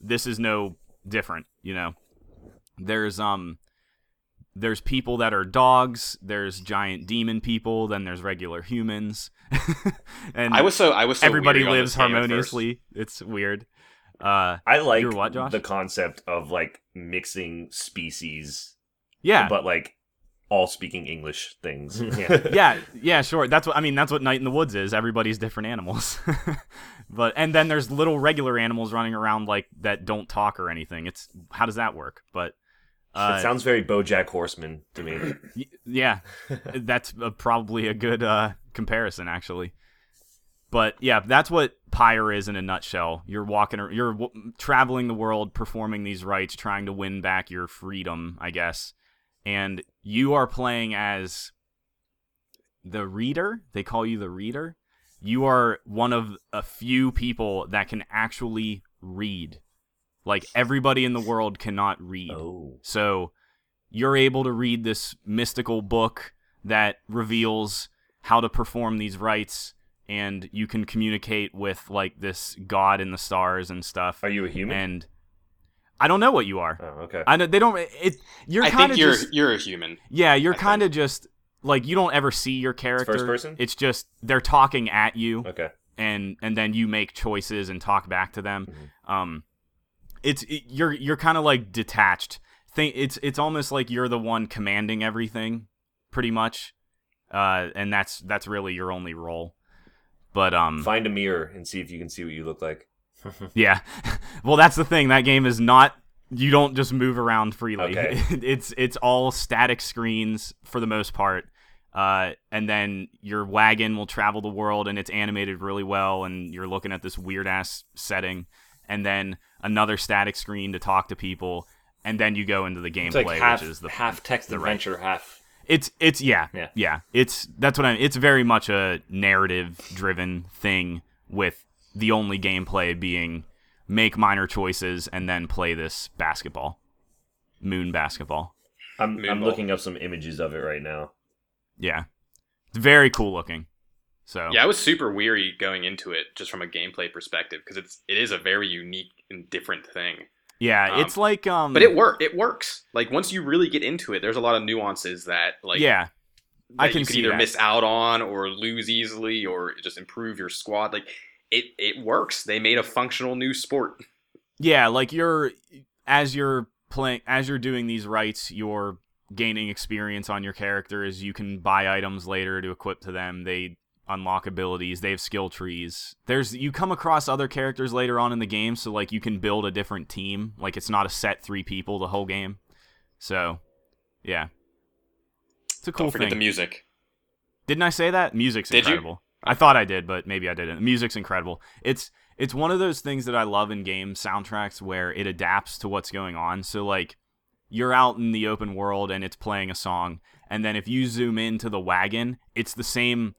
S1: this is no different. You know, there's um, there's people that are dogs. There's giant demon people. Then there's regular humans. and
S4: I was so I was so
S1: everybody
S4: weird on
S1: lives
S4: this game at first.
S1: harmoniously. It's weird. Uh,
S3: I like
S1: You were what, Josh?
S3: the concept of like mixing species,
S1: yeah. Mm-hmm.
S3: but like all speaking English things.
S1: yeah, yeah, sure. That's what I mean. That's what Night in the Woods is. Everybody's different animals, but and then there's little regular animals running around like that don't talk or anything. It's how does that work? But uh,
S3: it sounds very BoJack Horseman to me.
S1: y- yeah, that's uh, probably a good uh, comparison actually. But yeah, that's what Pyre is in a nutshell. You're walking, ar- you're w- traveling the world, performing these rites, trying to win back your freedom, I guess. And you are playing as the reader. They call you the reader. You are one of a few people that can actually read. Like everybody in the world cannot read.
S3: oh,
S1: So you're able to read this mystical book that reveals how to perform these rites and you can communicate with like this god in the stars and stuff.
S3: are you a human?
S1: And I don't know what you are.
S3: oh, okay.
S1: I know they don't it you're
S4: I
S1: kind
S4: think
S1: of
S4: you're
S1: just
S4: you're a human.
S1: yeah, you're
S4: I
S1: kind of just like you don't ever see your character.
S3: first person?
S1: It's just they're talking at you
S3: okay.
S1: and and then you make choices and talk back to them.
S3: Mhm.
S1: Um, it's it, you're you're kind of like detached. Think it's it's almost like you're the one commanding everything, pretty much. Uh, and that's that's really your only role. But um,
S3: Find a mirror and see if you can see what you look like.
S1: yeah. well, that's the thing. That game is not. You don't just move around freely.
S3: Okay.
S1: it's it's all static screens for the most part. Uh, and then your wagon will travel the world, and it's animated really well. And you're looking at this weird ass setting, and then another static screen to talk to people, and then you go into the
S2: It's
S1: gameplay,
S2: like half,
S1: which is the
S2: half text
S1: the right-
S2: adventure, half
S1: it's it's yeah,
S2: Yeah.
S1: yeah. It's that's what I'm it's very much a narrative driven thing with the only gameplay being make minor choices and then play this basketball. Moon basketball.
S3: I'm I'm
S4: Moonball.
S3: looking up some images of it right now.
S1: Yeah. It's very cool looking. So
S4: Yeah, I was super weary going into it just from a gameplay perspective because it's it is a very unique and different thing.
S1: yeah,
S4: Um,
S1: it's like um
S4: But it work it works. Like once you really get into it, there's a lot of nuances that like
S1: Yeah. I
S4: that
S1: can
S4: you could
S1: see
S4: either
S1: that.
S4: miss out on or lose easily or just improve your squad. Like it, it works. They made a functional new sport.
S1: Yeah, like you're as you're playing as you're doing these rights, you're gaining experience on your characters. You can buy items later to equip to them. They unlock abilities. They have skill trees. There's you come across other characters later on in the game, so like you can build a different team. Like it's not a set three people the whole game. So, yeah. It's a cool
S4: Don't forget
S1: thing.
S4: the music.
S1: Didn't I say that? Music's
S4: Did you?
S1: incredible. I thought I did, but maybe I didn't. Music's incredible. It's it's one of those things that I love in game soundtracks where it adapts to what's going on. So like you're out in the open world and it's playing a song, and then if you zoom into the wagon, it's the same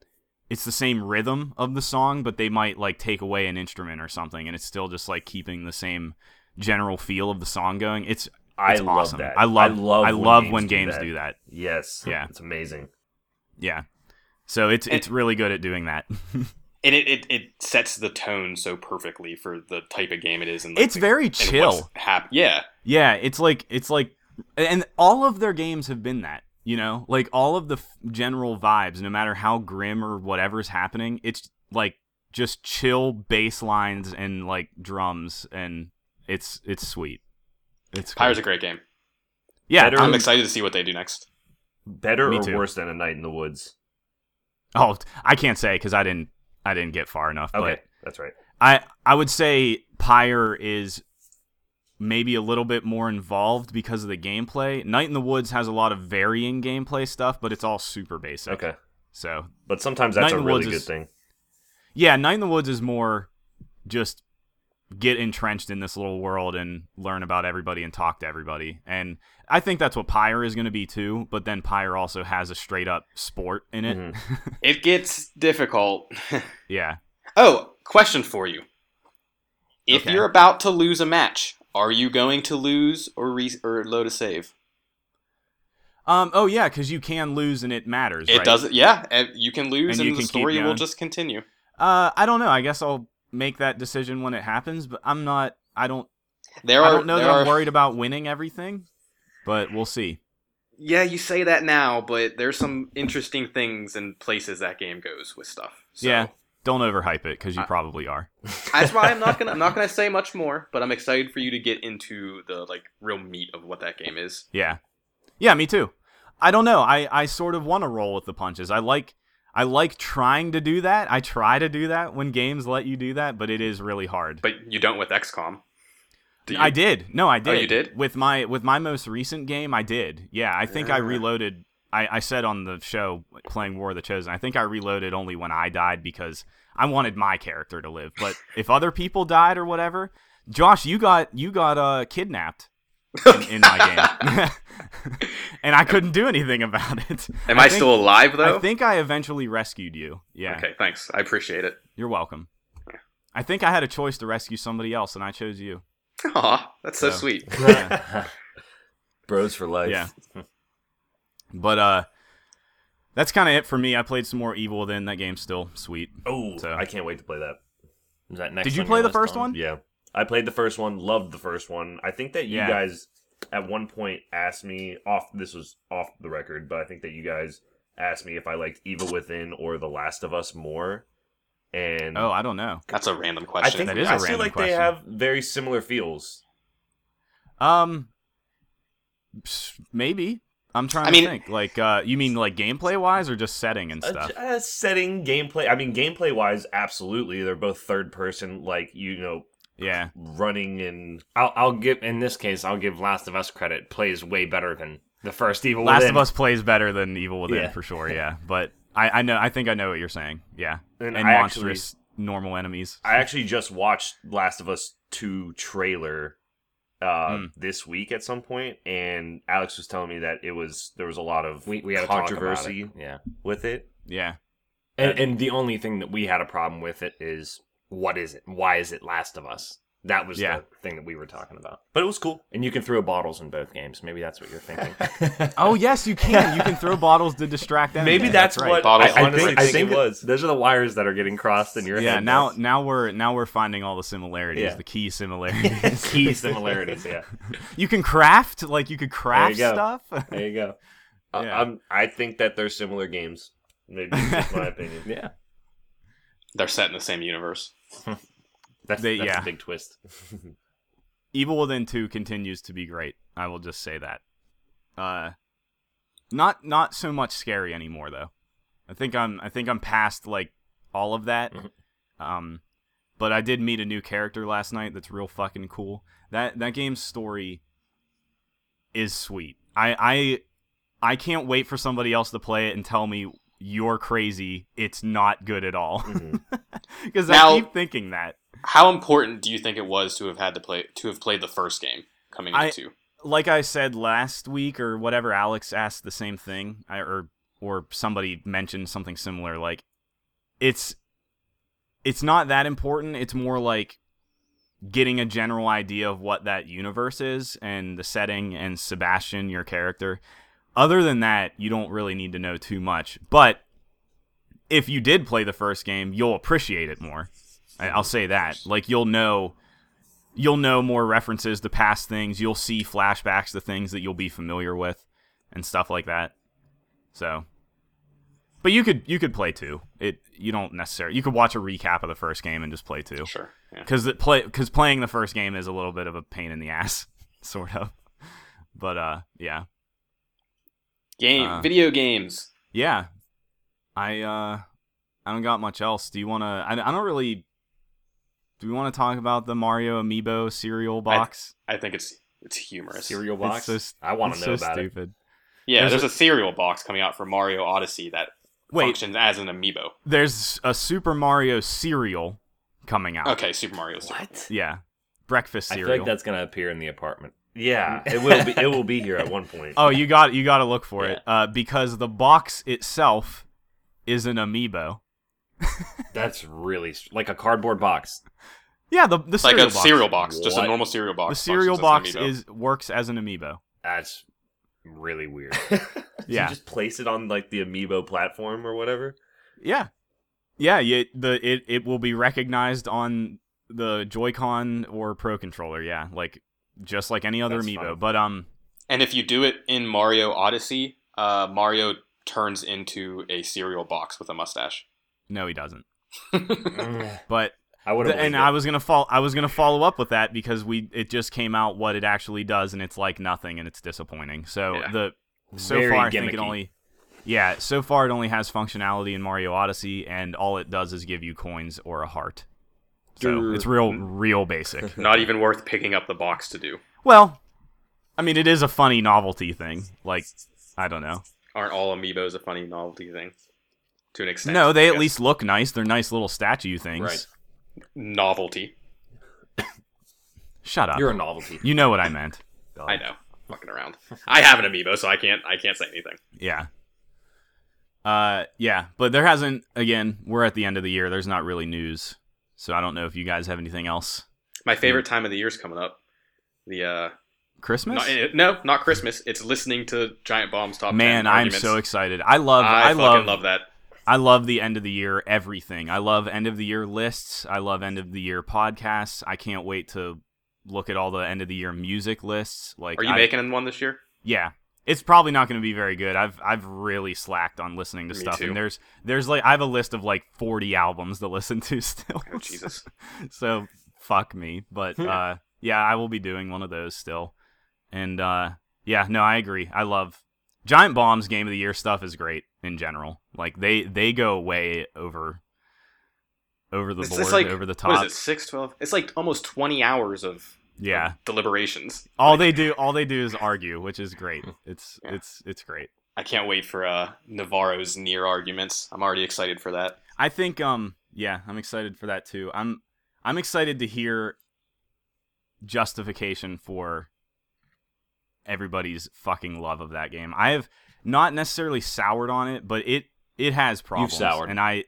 S1: it's the same rhythm of the song, but they might like take away an instrument or something and it's still just like keeping the same general feel of the song going. It's
S3: I
S1: it's
S3: love
S1: awesome.
S3: that.
S1: I love
S3: I love
S1: I
S3: when
S1: love
S3: games
S1: when
S3: do
S1: games
S3: that.
S1: do that.
S3: Yes.
S1: Yeah.
S3: It's amazing.
S1: Yeah. So it's
S4: And-
S1: it's really good at doing that.
S4: And it, it, it sets the tone so perfectly for the type of game it is. And like,
S1: it's very
S4: and
S1: chill.
S4: what's hap- yeah.
S1: Yeah, it's like it's like, and all of their games have been that. You know, like all of the f- general vibes, no matter how grim or whatever's happening, it's like just chill bass lines and like drums, and it's it's sweet. It's cool.
S4: Pyre's a great game.
S1: yeah.
S3: better-
S1: I'm-
S4: I'm excited to see what they do next.
S3: Better
S1: Me
S3: or
S1: too.
S3: worse than a night in the woods?
S1: oh, I can't say because I didn't I didn't get far enough.
S3: Okay,
S1: But
S3: that's right.
S1: I I would say Pyre is maybe a little bit more involved because of the gameplay. Night in the Woods has a lot of varying gameplay stuff, but it's all super basic.
S3: Okay,
S1: So
S3: but sometimes
S1: Night
S3: that's
S1: in
S3: a
S1: the
S3: really
S1: Woods
S3: good
S1: is-
S3: thing.
S1: yeah, Night in the Woods is more just get entrenched in this little world and learn about everybody and talk to everybody. And I think that's what Pyre is going to be too, but then Pyre also has a straight up sport in
S4: Mm-hmm.
S1: it.
S3: Mhm.
S4: It gets difficult.
S1: Yeah.
S4: Oh, question for you. If
S1: Okay.
S4: you're about to lose a match, are you going to lose or re- or load a save?
S1: Um oh yeah, cuz you can lose and it matters,
S4: It
S1: right?
S4: doesn't. Yeah, and you can lose,
S1: And
S4: and,
S1: you
S4: the
S1: can keep
S4: story will
S1: going.
S4: just continue.
S1: Uh I don't know. I guess I'll make that decision when it happens, but I'm not I don't
S4: There are.
S1: I don't know
S4: there
S1: that
S4: are,
S1: I'm worried about winning everything, but we'll see.
S4: Yeah, you say that now, but there's some interesting things and places that game goes with stuff. So
S1: Yeah. Don't overhype it cuz you
S4: I-
S1: probably are.
S4: that's why I'm not gonna I'm not gonna say much more. But I'm excited for you to get into the like real meat of what that game is.
S1: Yeah. Yeah, me too. I don't know. I, I sort of want to roll with the punches. I like I like trying to do that. I try to do that when games let you do that, but it is really hard.
S4: But you don't with XCOM. Do you? Oh,
S1: I did. No, I did.
S4: you did?
S1: With my with my most recent game, I did. Yeah, I think I
S4: Yeah.
S1: reloaded I, I said on the show playing War of the Chosen, I think I reloaded only when I died because I wanted my character to live. But if other people died or whatever, Josh, you got you got uh kidnapped in, in my game. and I couldn't do anything about it.
S4: Am
S1: I
S4: I,
S1: think-
S4: still alive though?
S1: I think I eventually rescued you. Yeah.
S4: Okay, thanks. I appreciate it.
S1: You're welcome. I think I had a choice to rescue somebody else and I chose you.
S4: Aw, that's so
S1: So-
S4: sweet.
S3: Bros for life.
S1: Yeah. But uh that's kind of it for me. I played some more Evil Within. That game's still sweet.
S3: Oh,
S1: So-
S3: I can't wait to play that.
S2: Is that next
S1: Did you
S2: on
S1: play
S2: your
S1: the
S2: list,
S1: first
S2: Tom?
S1: one?
S3: Yeah, I played the first one. Loved the first one. I think that you
S1: Yeah.
S3: guys at one point asked me off. This was off the record, but I think that you guys asked me if I liked Evil Within or The Last of Us more. And
S1: Oh, I don't know.
S4: That's a random
S3: I
S4: question.
S3: think
S1: That is a
S3: I feel
S1: random
S3: like they
S1: question.
S3: have very similar feels.
S1: Um, s- maybe. I'm trying
S4: I
S1: to
S4: mean-
S1: think. Like, uh, you mean like gameplay wise or just setting and
S3: Uh,
S1: stuff?
S3: j- Uh, setting gameplay. I mean, gameplay wise, absolutely. They're both third person, like you know,
S1: yeah.
S3: running and
S2: I'll, I'll give in this case I'll give Last of Us credit. Plays way better than the first Evil
S1: Last of
S2: Within.
S1: Us plays better than Evil Within
S3: Yeah.
S1: for sure. Yeah, but I, I know. I think I know what you're saying. Yeah,
S3: and,
S1: and,
S3: I
S1: monstrous normal enemies.
S3: Actually, I actually just watched Last of Us Two trailer uh,
S1: Mm.
S3: this week at some point, and Alex was telling me that it was there was a lot of
S2: We we had
S3: Controversy.
S2: Talk about it. Yeah,
S3: with it.
S1: Yeah.
S2: and and the only thing that we had a problem with it is what is it? Why is it Last of Us? That was
S1: Yeah.
S2: the thing that we were talking about.
S3: But it was cool.
S2: And you can throw bottles in both games. Maybe that's what you're thinking.
S1: Oh yes, you can. You can throw bottles to distract enemies.
S3: Maybe that's,
S1: right.
S3: what
S4: Bottle
S3: I, I
S4: honestly
S3: think, I think it was.
S2: Those are the wires that are getting crossed in your
S1: Yeah.
S2: head.
S1: Now, now we're now we're finding all the similarities,
S2: Yeah.
S1: the key similarities.
S2: key similarities. Yeah,
S1: you can craft like you could craft
S2: go.
S1: stuff.
S2: there you go.
S3: I,
S1: Yeah.
S3: I'm, I think that they're similar games. Maybe it's just my opinion.
S2: Yeah.
S4: They're set in the same universe.
S2: That's,
S1: They-
S2: that's
S1: yeah.
S2: a big twist.
S1: Evil Within 2 continues to be great. I will just say that. Uh not not so much scary anymore though. I think I'm I think I'm past like all of that.
S2: Mhm.
S1: Um but I did meet a new character last night that's real fucking cool. That that game's story is sweet. I I I can't wait for somebody else to play it and tell me you're crazy. It's not good at all.
S3: Mhm.
S1: Cuz
S4: Now-
S1: I keep thinking that.
S4: How important do you think it was to have had to play to have played the first game coming
S1: I-
S4: into?
S1: like I said last week or whatever, Alex asked the same thing, I, or or somebody mentioned something similar. Like, it's it's not that important. It's more like getting a general idea of what that universe is and the setting and Sebastian, your character. Other than that, you don't really need to know too much. But if you did play the first game, you'll appreciate it more. I- I'll say that. Like, you'll know you'll know more references to past things. You'll see flashbacks to things that you'll be familiar with and stuff like that. So, but you could you could play two. It you don't necessarily you could watch a recap of the first game and just play two
S4: Sure. Yeah.
S1: because play because playing the first game is a little bit of a pain in the ass, sort of. But uh, yeah.
S4: Game,
S1: Uh,
S4: video games.
S1: Yeah. I uh I don't got much else. Do you want to I, I don't really Do we want to talk about the Mario Amiibo cereal box?
S4: I think it's it's humorous.
S2: Cereal
S1: It's
S2: box.
S1: so s-
S2: I want to
S1: It's
S2: know
S1: so
S2: about it.
S1: stupid.
S4: yeah,
S1: there's
S4: there's a, cereal box coming out for Mario Odyssey that
S1: Wait,
S4: functions as an amiibo.
S1: there's a Super Mario cereal coming out.
S4: Okay, Super Mario. Cereal.
S2: What?
S1: Yeah. Breakfast
S2: I feel
S1: cereal.
S2: like that's gonna appear in the apartment.
S3: yeah, it will be. It will be here at one point.
S1: Oh, you got you got to look for it uh, because the box itself is an amiibo.
S2: That's really str- like a cardboard box.
S1: Yeah, the the
S4: It's like
S1: cereal
S4: a
S1: box.
S4: cereal box, just a
S2: What?
S4: normal cereal box.
S1: the cereal
S4: functions
S1: box
S4: as an
S1: is
S4: amiibo.
S1: works as an amiibo.
S2: That's really weird.
S1: Yeah.
S3: you just place it on like the amiibo platform or whatever.
S1: Yeah, yeah. You, the it it will be recognized on the Joy-Con or Pro controller. Yeah, like just like any other
S3: That's
S1: amiibo.
S3: fine.
S1: But um,
S4: and if you do it in Mario Odyssey, uh, Mario turns into a cereal box with a mustache.
S1: no, he doesn't.
S2: Mm,
S1: But
S2: I would
S1: th- and I was gonna fall. I was gonna follow up with that because we it just came out what it actually does, and it's like nothing, and it's disappointing. So
S4: Yeah.
S1: the so
S2: Very
S1: far I think it
S2: gimmicky.
S1: only. Yeah, so far it only has functionality in Mario Odyssey, and all it does is give you coins or a heart. So
S2: Durr.
S1: it's real,
S2: Mm-hmm.
S1: real basic.
S4: Not even worth picking up the box to do.
S1: Well, I mean, it is a funny novelty thing. Like, I don't know.
S4: Aren't all amiibos a funny novelty thing? To an extent.
S1: No,
S4: I
S1: they at
S4: guess.
S1: least look nice. They're nice little statue things.
S2: Right.
S4: novelty.
S1: Shut up.
S2: You're a novelty.
S1: You know what I meant.
S4: I know. Fucking around. I have an amiibo, so I can't. I can't say anything.
S1: Yeah. Uh, yeah, but there hasn't. Again, we're at the end of the year. There's not really news, so I don't know if you guys have anything else.
S4: My
S1: Hmm.
S4: favorite time of the year is coming up. The uh,
S1: Christmas.
S4: not, eh, no, not Christmas. It's listening to Giant Bomb's top. 10
S1: Man, I'm
S4: arguments.
S1: so excited. I love.
S4: I,
S1: I,
S4: fucking
S1: love.
S4: love, that.
S1: I love the end of the year everything. I love end of the year lists. I love end of the year podcasts. I can't wait to look at all the end of the year music lists. Like,
S4: Are you
S1: I-
S4: making one this year?
S1: Yeah. It's probably not going to be very good. I've I've really slacked on listening to
S4: Me
S1: stuff,
S4: too.
S1: and there's there's like I have a list of like 40 albums to listen to still.
S4: Oh Jesus!
S1: so fuck me, but uh, yeah, I will be doing one of those still, and uh, yeah, no, I agree. I love Giant Bomb's Game of the Year stuff is great in general. Like they they go way over over the
S4: it's,
S1: board,
S4: it's like
S1: over the
S4: What
S1: top.
S4: is it? Six, twelve? It's like almost twenty hours of
S1: Yeah,
S4: of deliberations.
S1: all they do all they do is argue, which is great. It's
S4: Hmm. Yeah.
S1: it's it's great.
S4: I can't wait for uh, Navarro's near arguments. I'm already excited for that.
S1: I think um yeah, I'm excited for that too. I'm I'm excited to hear justification for everybody's fucking love of that game. I have not necessarily soured on it, but it it has problems.
S2: soured.
S1: And I,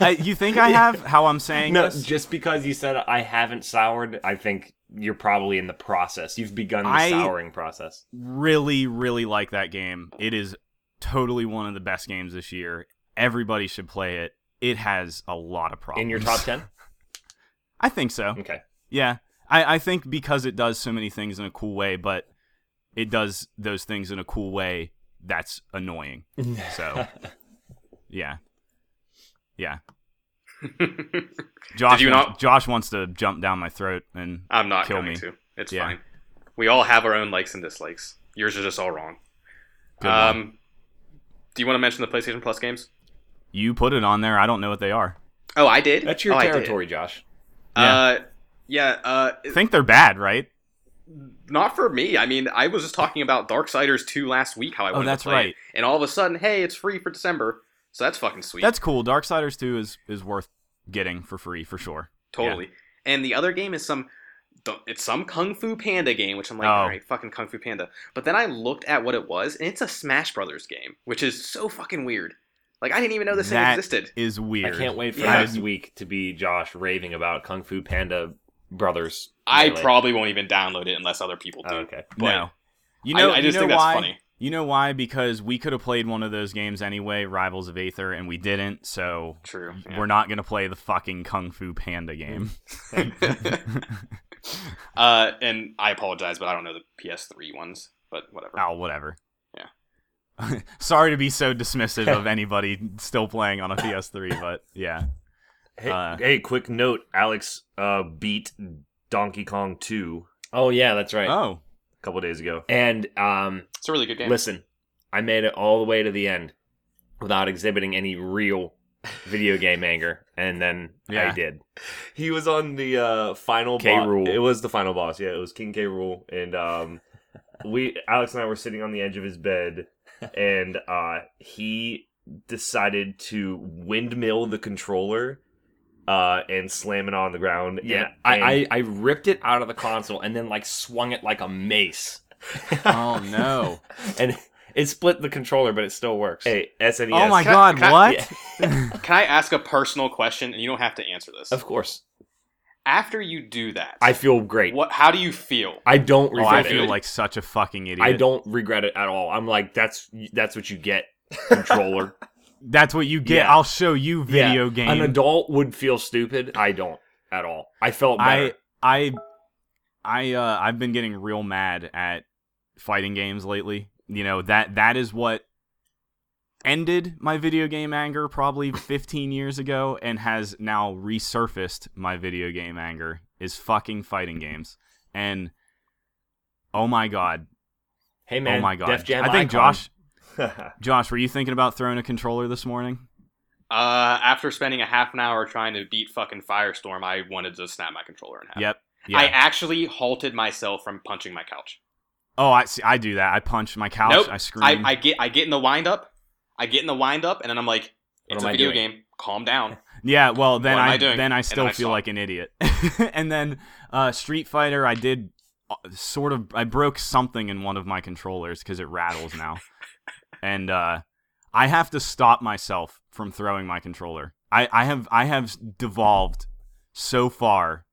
S1: I you think I have how I'm saying
S2: No,
S1: this?
S2: just because you said I haven't soured, I think you're probably in the process. You've begun the
S1: I-
S2: souring process.
S1: really really like that game. It is totally one of the best games this year. Everybody should play it. It has a lot of problems.
S2: In your top ten?
S1: I think so.
S2: Okay.
S1: Yeah. I, I think because it does so many things in a cool way, but it does those things in a cool way that's annoying. So, yeah, yeah. Josh,
S4: you
S1: wants,
S4: not-
S1: Josh wants to jump down my throat, and
S4: I'm not
S1: Kill
S4: going
S1: me.
S4: to. It's
S1: Yeah.
S4: fine. We all have our own likes and dislikes. Yours are just all wrong.
S1: Good
S4: um, do you want to mention the PlayStation Plus games?
S1: you put it on there. I don't know what they are.
S4: Oh, I did.
S2: That's your
S4: Oh, I did.
S2: territory, Josh.
S4: Uh, yeah. Uh,
S1: I think they're bad, right?
S4: not for me. I mean, I was just talking about Darksiders 2 last week. How I
S1: Oh,
S4: wanted
S1: that's
S4: to play it.
S1: right.
S4: And all of a sudden, hey, it's free for December. So that's fucking sweet.
S1: That's cool. Darksiders 2 is is worth getting for free for sure.
S4: totally. And the other game is some, it's some Kung Fu Panda game, which I'm like,
S1: Oh.
S4: all right, fucking Kung Fu Panda. But then I looked at what it was, and it's a Smash Brothers game, which is so fucking weird. Like I didn't even know this
S1: That-
S4: thing existed.
S1: Is weird.
S2: I can't wait for
S4: Yeah.
S2: next week to be Josh raving about Kung Fu Panda Brothers.
S4: I
S2: melee.
S4: probably won't even download it unless other people do.
S2: Oh, okay.
S1: No. You
S4: I-
S1: know,
S4: I, just
S1: you know
S4: think
S1: why?
S4: that's funny.
S1: You know why? Because we could have played one of those games anyway, Rivals of Aether, and we didn't. So
S4: True. yeah.
S1: we're not gonna play the fucking Kung Fu Panda game.
S4: Uh, and I apologize, but I don't know the PS3 ones, but whatever.
S1: oh, whatever. Yeah. Sorry to be so dismissive of anybody still playing on a PS3, but yeah.
S3: Hey,
S1: Uh,
S3: hey, quick note: Alex uh, beat Donkey Kong Two
S2: Oh yeah, that's right.
S1: Oh,
S3: a couple days ago.
S2: And um,
S4: It's a really good game.
S2: listen, I made it all the way to the end without exhibiting any real video game anger, and then
S1: Yeah.
S2: I did.
S3: He was on the uh, final
S2: K.
S3: bo-
S2: Rool.
S3: It was the final boss. Yeah, it was King K. Rule, and um, we Alex and I were sitting on the edge of his bed, and uh, he decided to windmill the controller. Uh, and slam it on the ground.
S2: Yeah,
S3: and- and-
S2: I, I I ripped it out of the console and then like swung it like a mace,
S1: oh no!
S2: and it split the controller, but it still works.
S3: hey E SNES.
S1: oh my
S4: Can I-
S1: God!
S4: can I-
S1: what?
S4: Can I ask a personal question? And you don't have to answer this.
S2: Of course,
S4: After you do that,
S2: I feel great.
S4: what? How do you feel?
S2: I don't
S1: Oh,
S2: regret
S1: I
S2: it.
S1: feel like such a fucking idiot.
S2: I don't regret it at all. I'm like, that's that's what you get, controller.
S1: That's what you get.
S2: Yeah.
S1: I'll show you video
S2: Yeah.
S1: game.
S2: An adult would feel stupid. I don't at all. I felt
S1: I
S2: better.
S1: I I uh I've been getting real mad at fighting games lately. You know, that that is what ended my video game anger probably 15 years ago and has now resurfaced my video game anger is fucking fighting games. And oh my god.
S2: hey man,
S1: oh my god.
S2: Def Jam
S1: I think
S2: icon.
S1: Josh Josh, were you thinking about throwing a controller this morning?
S4: Uh, after spending a half an hour trying to beat fucking Firestorm, I wanted to snap my controller in half.
S1: Yep. Yeah.
S4: I actually halted myself from punching my couch.
S1: oh, I see. I do that. I punch my couch.
S4: Nope.
S1: I scream.
S4: I, I get I get in the windup, I get in the windup, and then I'm like,
S2: What
S4: it's
S2: am
S4: a
S2: I
S4: video
S2: doing?
S4: game. Calm down.
S1: Yeah, well then
S4: What am
S1: I,
S4: I doing?
S1: then I
S4: And
S1: still
S4: then I
S1: feel
S4: stop.
S1: like an idiot. and then uh, Street Fighter, I did uh, sort of I broke something in one of my controllers because it rattles now, and uh, I have to stop myself from throwing my controller. I, I have I have devolved so far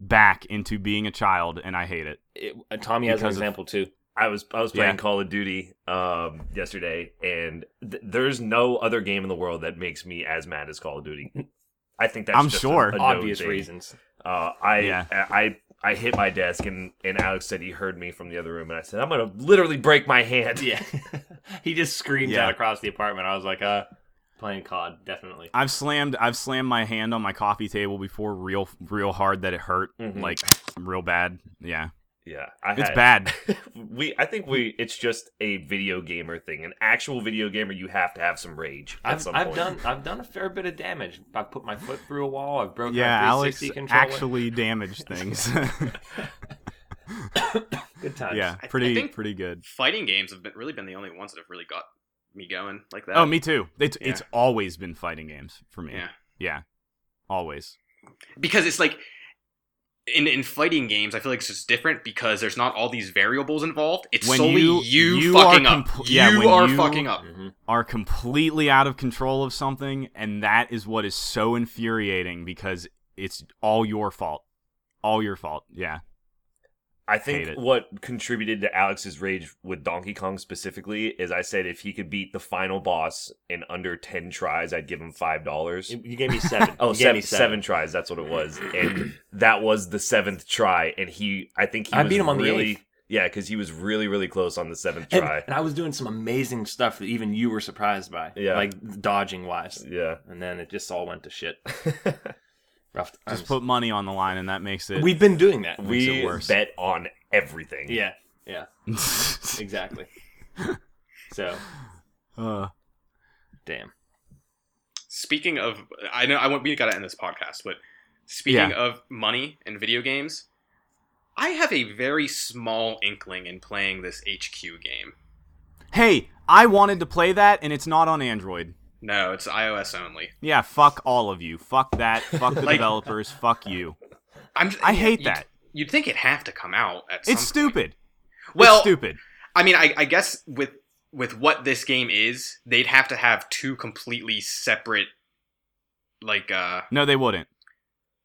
S1: back into being a child, and I hate it.
S2: It- uh, Tommy has an
S1: Because of-
S2: example too.
S3: I was I was playing
S1: Yeah.
S3: Call of Duty um, yesterday, and th- there's no other game in the world that makes me as mad as Call of Duty. I think that's
S1: I'm
S3: just
S1: sure.
S3: a, a known
S2: Obvious
S3: thing.
S2: reasons.
S3: Uh, I,
S1: Yeah.
S3: I I I hit my desk, and and Alex said he heard me from the other room, and I said I'm gonna literally break my hand.
S2: Yeah, he just screams
S1: Yeah.
S2: out across the apartment. I was like, uh, playing COD definitely.
S1: I've slammed I've slammed my hand on my coffee table before, real real hard that it hurt,
S3: Mhm.
S1: like real bad. Yeah,
S3: Yeah, I
S1: it's
S3: had-
S1: bad.
S3: we I think we it's just a video gamer thing. An actual video gamer, you have to have some rage at
S2: I've,
S3: some
S2: I've
S3: point.
S2: done I've done a fair bit of damage. I've put my foot through a wall. I've broken
S1: Yeah,
S2: yeah, my
S1: Alex
S2: 360 controller.
S1: actually damaged things.
S2: Good times.
S1: yeah,
S4: I
S1: pretty
S4: think-
S1: pretty good.
S4: Fighting games have been, really been the only ones that have really got me going like that.
S1: Oh, me too. It's
S4: yeah.
S1: it's always been fighting games for me.
S4: Yeah.
S1: Yeah. Always.
S4: because it's like in in fighting games, I feel like it's just different because there's not all these variables involved. It's
S1: When
S4: solely
S1: you-
S4: you,
S1: you are
S4: fucking up.
S1: compl- yeah, when
S4: you are
S1: you-
S4: fucking up.
S2: Mhm.
S1: Are completely out of control of something and that is what is so infuriating because it's all your fault. All your fault. Yeah.
S3: I
S1: Hate
S3: think
S1: it.
S3: what contributed to Alex's rage with Donkey Kong specifically is I said if he could beat the final boss in under 10 tries, I'd give him $5.
S2: You, you gave me seven.
S3: Oh,
S2: You gave
S3: seven,
S2: me
S3: seven tries. That's what it was. And that was the seventh try. And he, I think he
S2: I
S3: was
S2: beat him on the
S3: really,
S2: eighth.
S3: Yeah, because he was really, really close on the seventh
S2: And,
S3: try.
S2: and I was doing some amazing stuff that even you were surprised by.
S3: Yeah.
S2: Like dodging wise.
S3: yeah.
S2: And then it just all went to shit. Rough times.
S1: Just put money on the line, and that makes it.
S2: We've been doing that.
S1: Makes it
S3: we
S1: worse.
S3: bet on everything.
S2: Yeah. Yeah. Exactly. so
S1: uh,
S2: damn.
S4: Speaking of, I know I want we gotta end this podcast, but speaking
S1: Yeah.
S4: of money and video games, I have a very small inkling in playing this HQ game.
S1: hey, I wanted to play that, and it's not on Android.
S4: No, it's iOS only.
S1: Yeah, fuck all of you. Fuck that. Fuck the
S4: Like-
S1: developers. Fuck you.
S4: I'm. j-
S1: I hate
S4: you'd-
S1: that.
S4: You'd think it'd have to come out at. some
S1: It's
S4: point.
S1: stupid.
S4: Well,
S1: it's stupid.
S4: I mean, I, I guess with with what this game is, they'd have to have two completely separate. Like, uh,
S1: No, they wouldn't.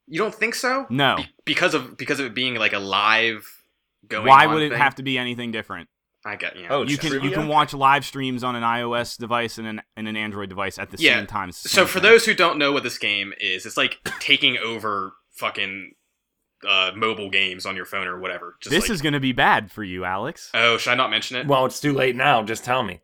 S4: you don't think so?
S1: No.
S4: Be- because of because of it being like a live. Going
S1: Why
S4: on
S1: would it
S4: thing.
S1: have to be anything different?
S4: I got you. Know.
S3: Oh,
S1: you can you can watch live streams on an iOS device and an and an Android device at the
S4: Yeah.
S1: same time.
S4: So
S1: Same
S4: for
S1: thing.
S4: those who don't know what this game is, it's like taking over fucking uh, mobile games on your phone or whatever. Just
S1: this
S4: like-
S1: is going to be bad for you, Alex.
S4: Oh, should I not mention it?
S2: Well, it's too late now. Just tell me.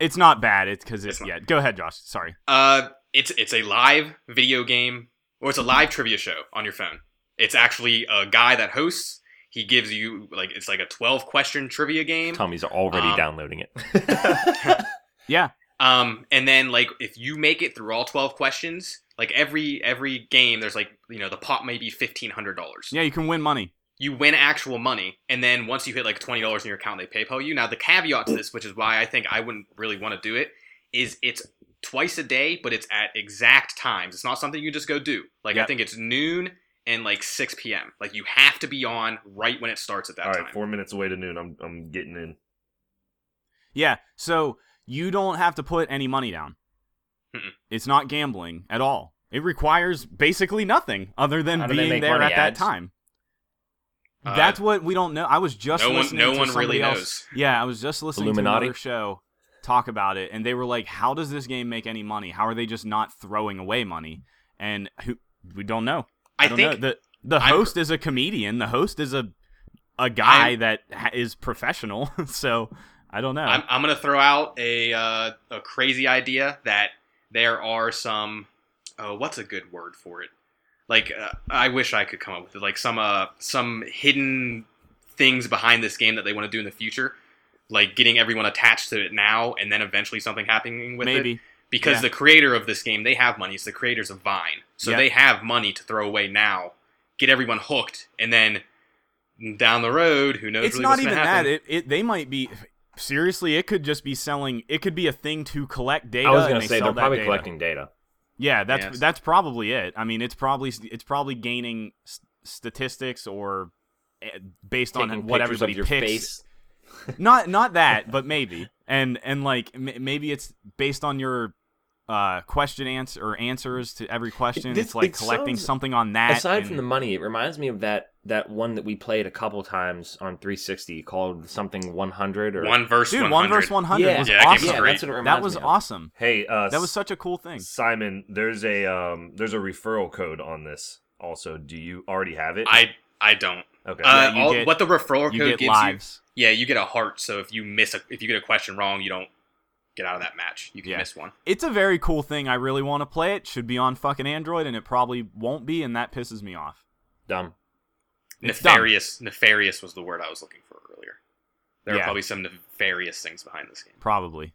S1: It's not bad. It's because it's,
S4: It's not.
S1: yeah. Go ahead, Josh. Sorry.
S4: Uh, it's it's a live video game, or it's a live trivia show on your phone. It's actually a guy that hosts. He gives you like it's like a twelve question trivia game.
S2: Tommy's already
S4: Um,
S2: downloading it.
S1: Yeah.
S4: Um, and then like if you make it through all twelve questions, like every every game, there's like you know the pot may be fifteen hundred dollars.
S1: Yeah, you can win money.
S4: you win actual money, and then once you hit like twenty dollars in your account, they PayPal you. Now the caveat to this, which is why I think I wouldn't really want to do it, is it's twice a day, but it's at exact times. It's not something you just go do. Like
S1: Yeah.
S4: I think it's noon and like six p.m. Like you have to be on right when it starts at that
S3: All
S4: time.
S3: right, four minutes away to noon. I'm I'm getting in.
S1: Yeah. So you don't have to put any money down.
S4: Mm-mm.
S1: It's not gambling at all. It requires basically nothing other than
S2: How do they
S1: being
S2: make
S1: there
S2: money,
S1: at that
S2: ads?
S1: time.
S4: Uh,
S1: That's what we don't know. I was just
S4: no one,
S1: listening
S4: no
S1: to
S4: one
S1: somebody
S4: really
S1: else.
S4: knows.
S1: Yeah, I was just listening to
S2: Illuminati?
S1: another show talk about it, and they were like, "How does this game make any money? How are they just not throwing away money?" And who we don't know.
S4: I,
S1: don't
S4: think
S1: know. the the
S4: I'm-
S1: host is a comedian. The host is a a guy
S4: I'm-
S1: that ha- is professional. so I don't know.
S4: I'm, I'm gonna throw out a uh, a crazy idea that there are some oh what's a good word for it like uh, I wish I could come up with it like some uh some hidden things behind this game that they want to do in the future like getting everyone attached to it now and then eventually something happening with it
S1: Maybe
S4: because
S1: yeah.
S4: the creator of this game they have money it's the creators of Vine so
S1: Yeah.
S4: they have money to throw away now get everyone hooked and then down the road who knows
S1: it's
S4: really
S1: not
S4: what's
S1: even
S4: gonna happen.
S1: that. It, it they might be seriously. It could just be selling. It could be a thing to collect data.
S2: I was
S1: and
S2: gonna
S1: they
S2: say
S1: sell
S2: they're
S1: that
S2: probably
S1: data.
S2: collecting data.
S1: Yeah, that's
S4: Yes.
S1: that's probably it. I mean, it's probably it's probably gaining s- statistics or eh, based on what everybody picks. Not not that, but maybe. And and like m- maybe it's based on your uh question answer or answers to every question.
S2: this-
S1: it's like
S2: it
S1: collecting
S2: sounds-
S1: something on that.
S2: Aside
S1: and-
S2: from the money, it reminds me of that that one that we played a couple times on 360 called something 100 or
S4: one verse
S1: dude,
S4: 100.
S1: one verse one hundred
S2: Yeah.
S1: was
S4: Yeah, that game
S1: awesome.
S4: was Yeah,
S2: that's what it reminds
S1: that was
S2: me of.
S1: awesome.
S3: Hey, uh,
S1: That was such a cool thing.
S3: Simon. There's a um, there's a referral code on this. Also, do you already have it?
S4: I I don't.
S3: okay.
S4: Uh,
S1: you
S4: all,
S1: get-
S4: what the referral
S1: You
S4: code
S1: get
S4: gives
S1: lives.
S4: you, yeah, you get a heart. So if you miss a, if you get a question wrong, you don't get out of that match. You can
S1: Yeah.
S4: miss one.
S1: It's a very cool thing. I really want to play it. Should be on fucking Android, and it probably won't be, and that pisses me off.
S2: dumb.
S1: It's dumb.
S4: nefarious, nefarious was the word I was looking for earlier. There are
S1: Yeah.
S4: probably some nefarious things behind this game.
S1: Probably.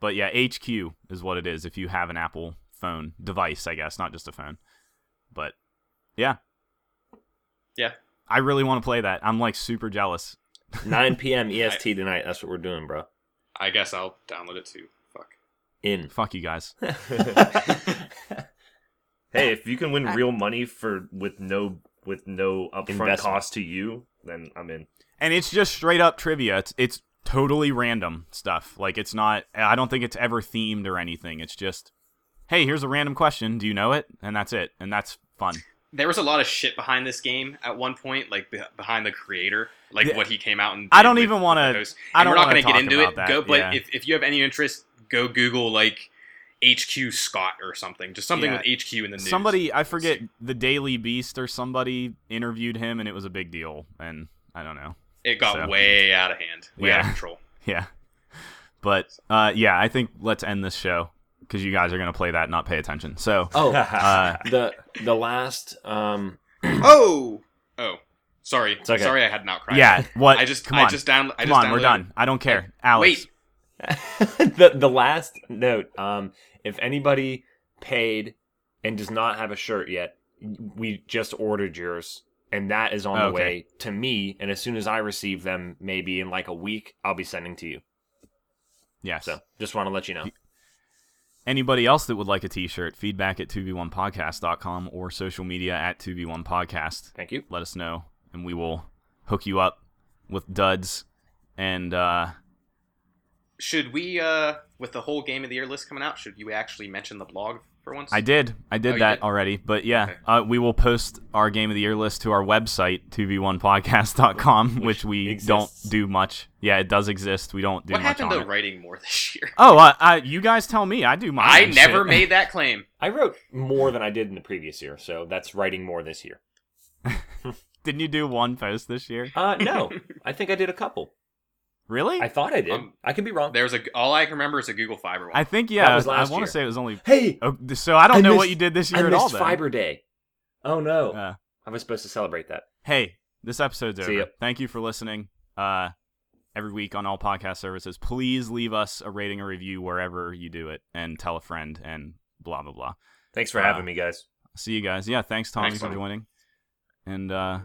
S1: But yeah, HQ is what it is if you have an Apple phone device, I guess, not just a phone. But yeah.
S4: Yeah.
S1: I really want to play that. I'm like super jealous.
S2: 9 p.m. EST E tonight. That's what we're doing, bro.
S4: I guess I'll download it too. Fuck.
S2: In.
S1: Fuck you guys.
S3: hey, if you can win real money for with no with no upfront
S2: Investment.
S3: cost to you, then I'm in.
S1: And it's just straight up trivia. It's it's totally random stuff. Like it's not I don't think it's ever themed or anything. It's just hey, here's a random question. Do you know it? And that's it. And that's fun.
S4: There was a lot of shit behind this game at one point, like be- behind the creator, like
S1: Yeah.
S4: what he came out and.
S1: I
S4: did
S1: don't
S4: with
S1: even wanna-
S4: the host.
S1: I
S4: And
S1: don't
S4: we're not
S1: want to
S4: gonna get
S1: talk
S4: into
S1: about
S4: it.
S1: That.
S4: Go, but
S1: yeah.
S4: if, if you have any interest, go Google like HQ Scott or something, just something
S1: Yeah.
S4: with HQ in the news.
S1: somebody I forget the Daily Beast or somebody interviewed him and it was a big deal and I don't know.
S4: It got
S1: So-
S4: way out of hand, way out of
S1: Yeah.
S4: control.
S1: Yeah. But uh, yeah, I think let's end this show because you guys are gonna play that, and not pay attention. So
S2: Oh,
S1: uh,
S2: the the last um
S4: oh, oh, sorry,
S2: okay.
S4: sorry, I had not cried.
S1: yeah, what?
S4: I just,
S1: come
S4: I
S1: on,
S4: just down, I
S1: come
S4: just
S1: on, we're
S4: downloaded-
S1: done. I don't care, Alex.
S4: Wait,
S2: the the last note um if anybody paid and does not have a shirt yet we just ordered yours and that is on the
S1: Okay.
S2: way to me and as soon as i receive them maybe in like a week i'll be sending to you
S1: Yes.
S2: so just want to let you know
S1: Anybody else that would like a T-shirt, feedback at 2v1podcast.com or social media at 2v1podcast.
S2: thank you
S1: Let us know, and we will hook you up with duds. And uh,
S4: should we, uh, with the whole game of the year list coming out, should you actually mention the blog for once?
S1: I did, I
S4: Oh,
S1: did
S4: you
S1: that
S4: did?
S1: already. But yeah,
S4: Okay.
S1: uh, we will post our game of the year list to our website 2v1podcast.com, which, we
S2: exists.
S1: don't do much. Yeah, it does exist. We don't do
S4: what
S1: much
S4: happened
S1: on
S4: to
S1: it.
S4: writing more this year?
S1: Oh, uh, uh, you guys tell me. I do my.
S4: I
S1: own
S4: never
S1: shit.
S4: made that claim.
S2: i wrote more than i did in the previous year so that's writing more this year
S1: Didn't you do one post this year?
S2: uh no i think i did a couple
S1: Really?
S2: i thought i did
S4: Um,
S2: i could be wrong
S4: There's a all I can remember is a Google Fiber one.
S1: I think yeah.
S2: was
S1: I
S2: last
S1: want
S2: year.
S1: to say it was only.
S2: hey
S1: Oh, th- so I don't
S2: I
S1: know what
S2: missed-
S1: you did this
S2: i
S1: year at all.
S2: missed
S1: Then.
S2: fiber day oh no
S1: Uh,
S2: i was supposed to celebrate that
S1: hey, this episode's
S2: See
S1: over.
S2: ya.
S1: Thank you for listening. Uh, every week on all podcast services, please leave us a rating or review wherever you do it, and tell a friend and blah blah blah.
S3: Thanks for
S1: Uh,
S3: having me, guys.
S1: See you guys. Yeah, thanks Tommy
S4: Thanks,
S1: for
S4: Tommy.
S1: joining, and uh,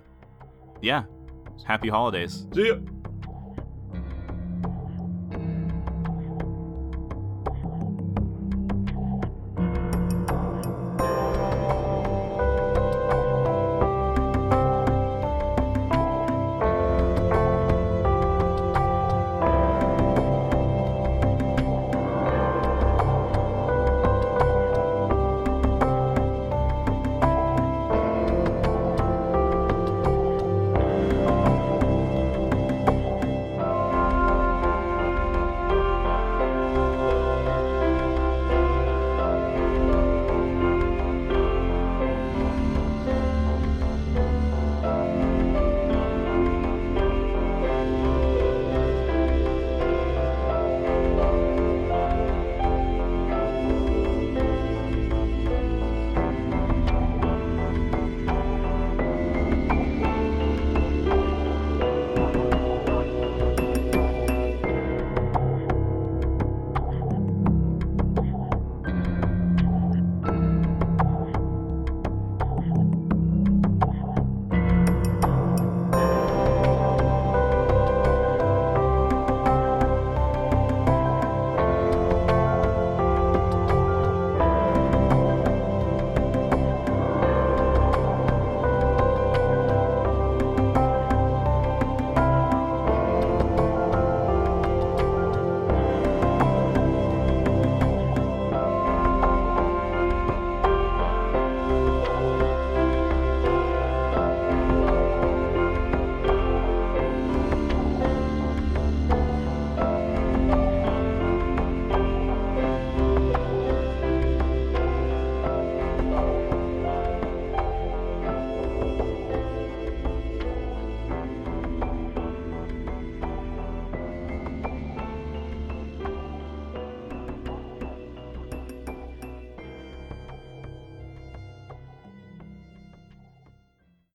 S1: yeah, happy holidays.
S3: See ya.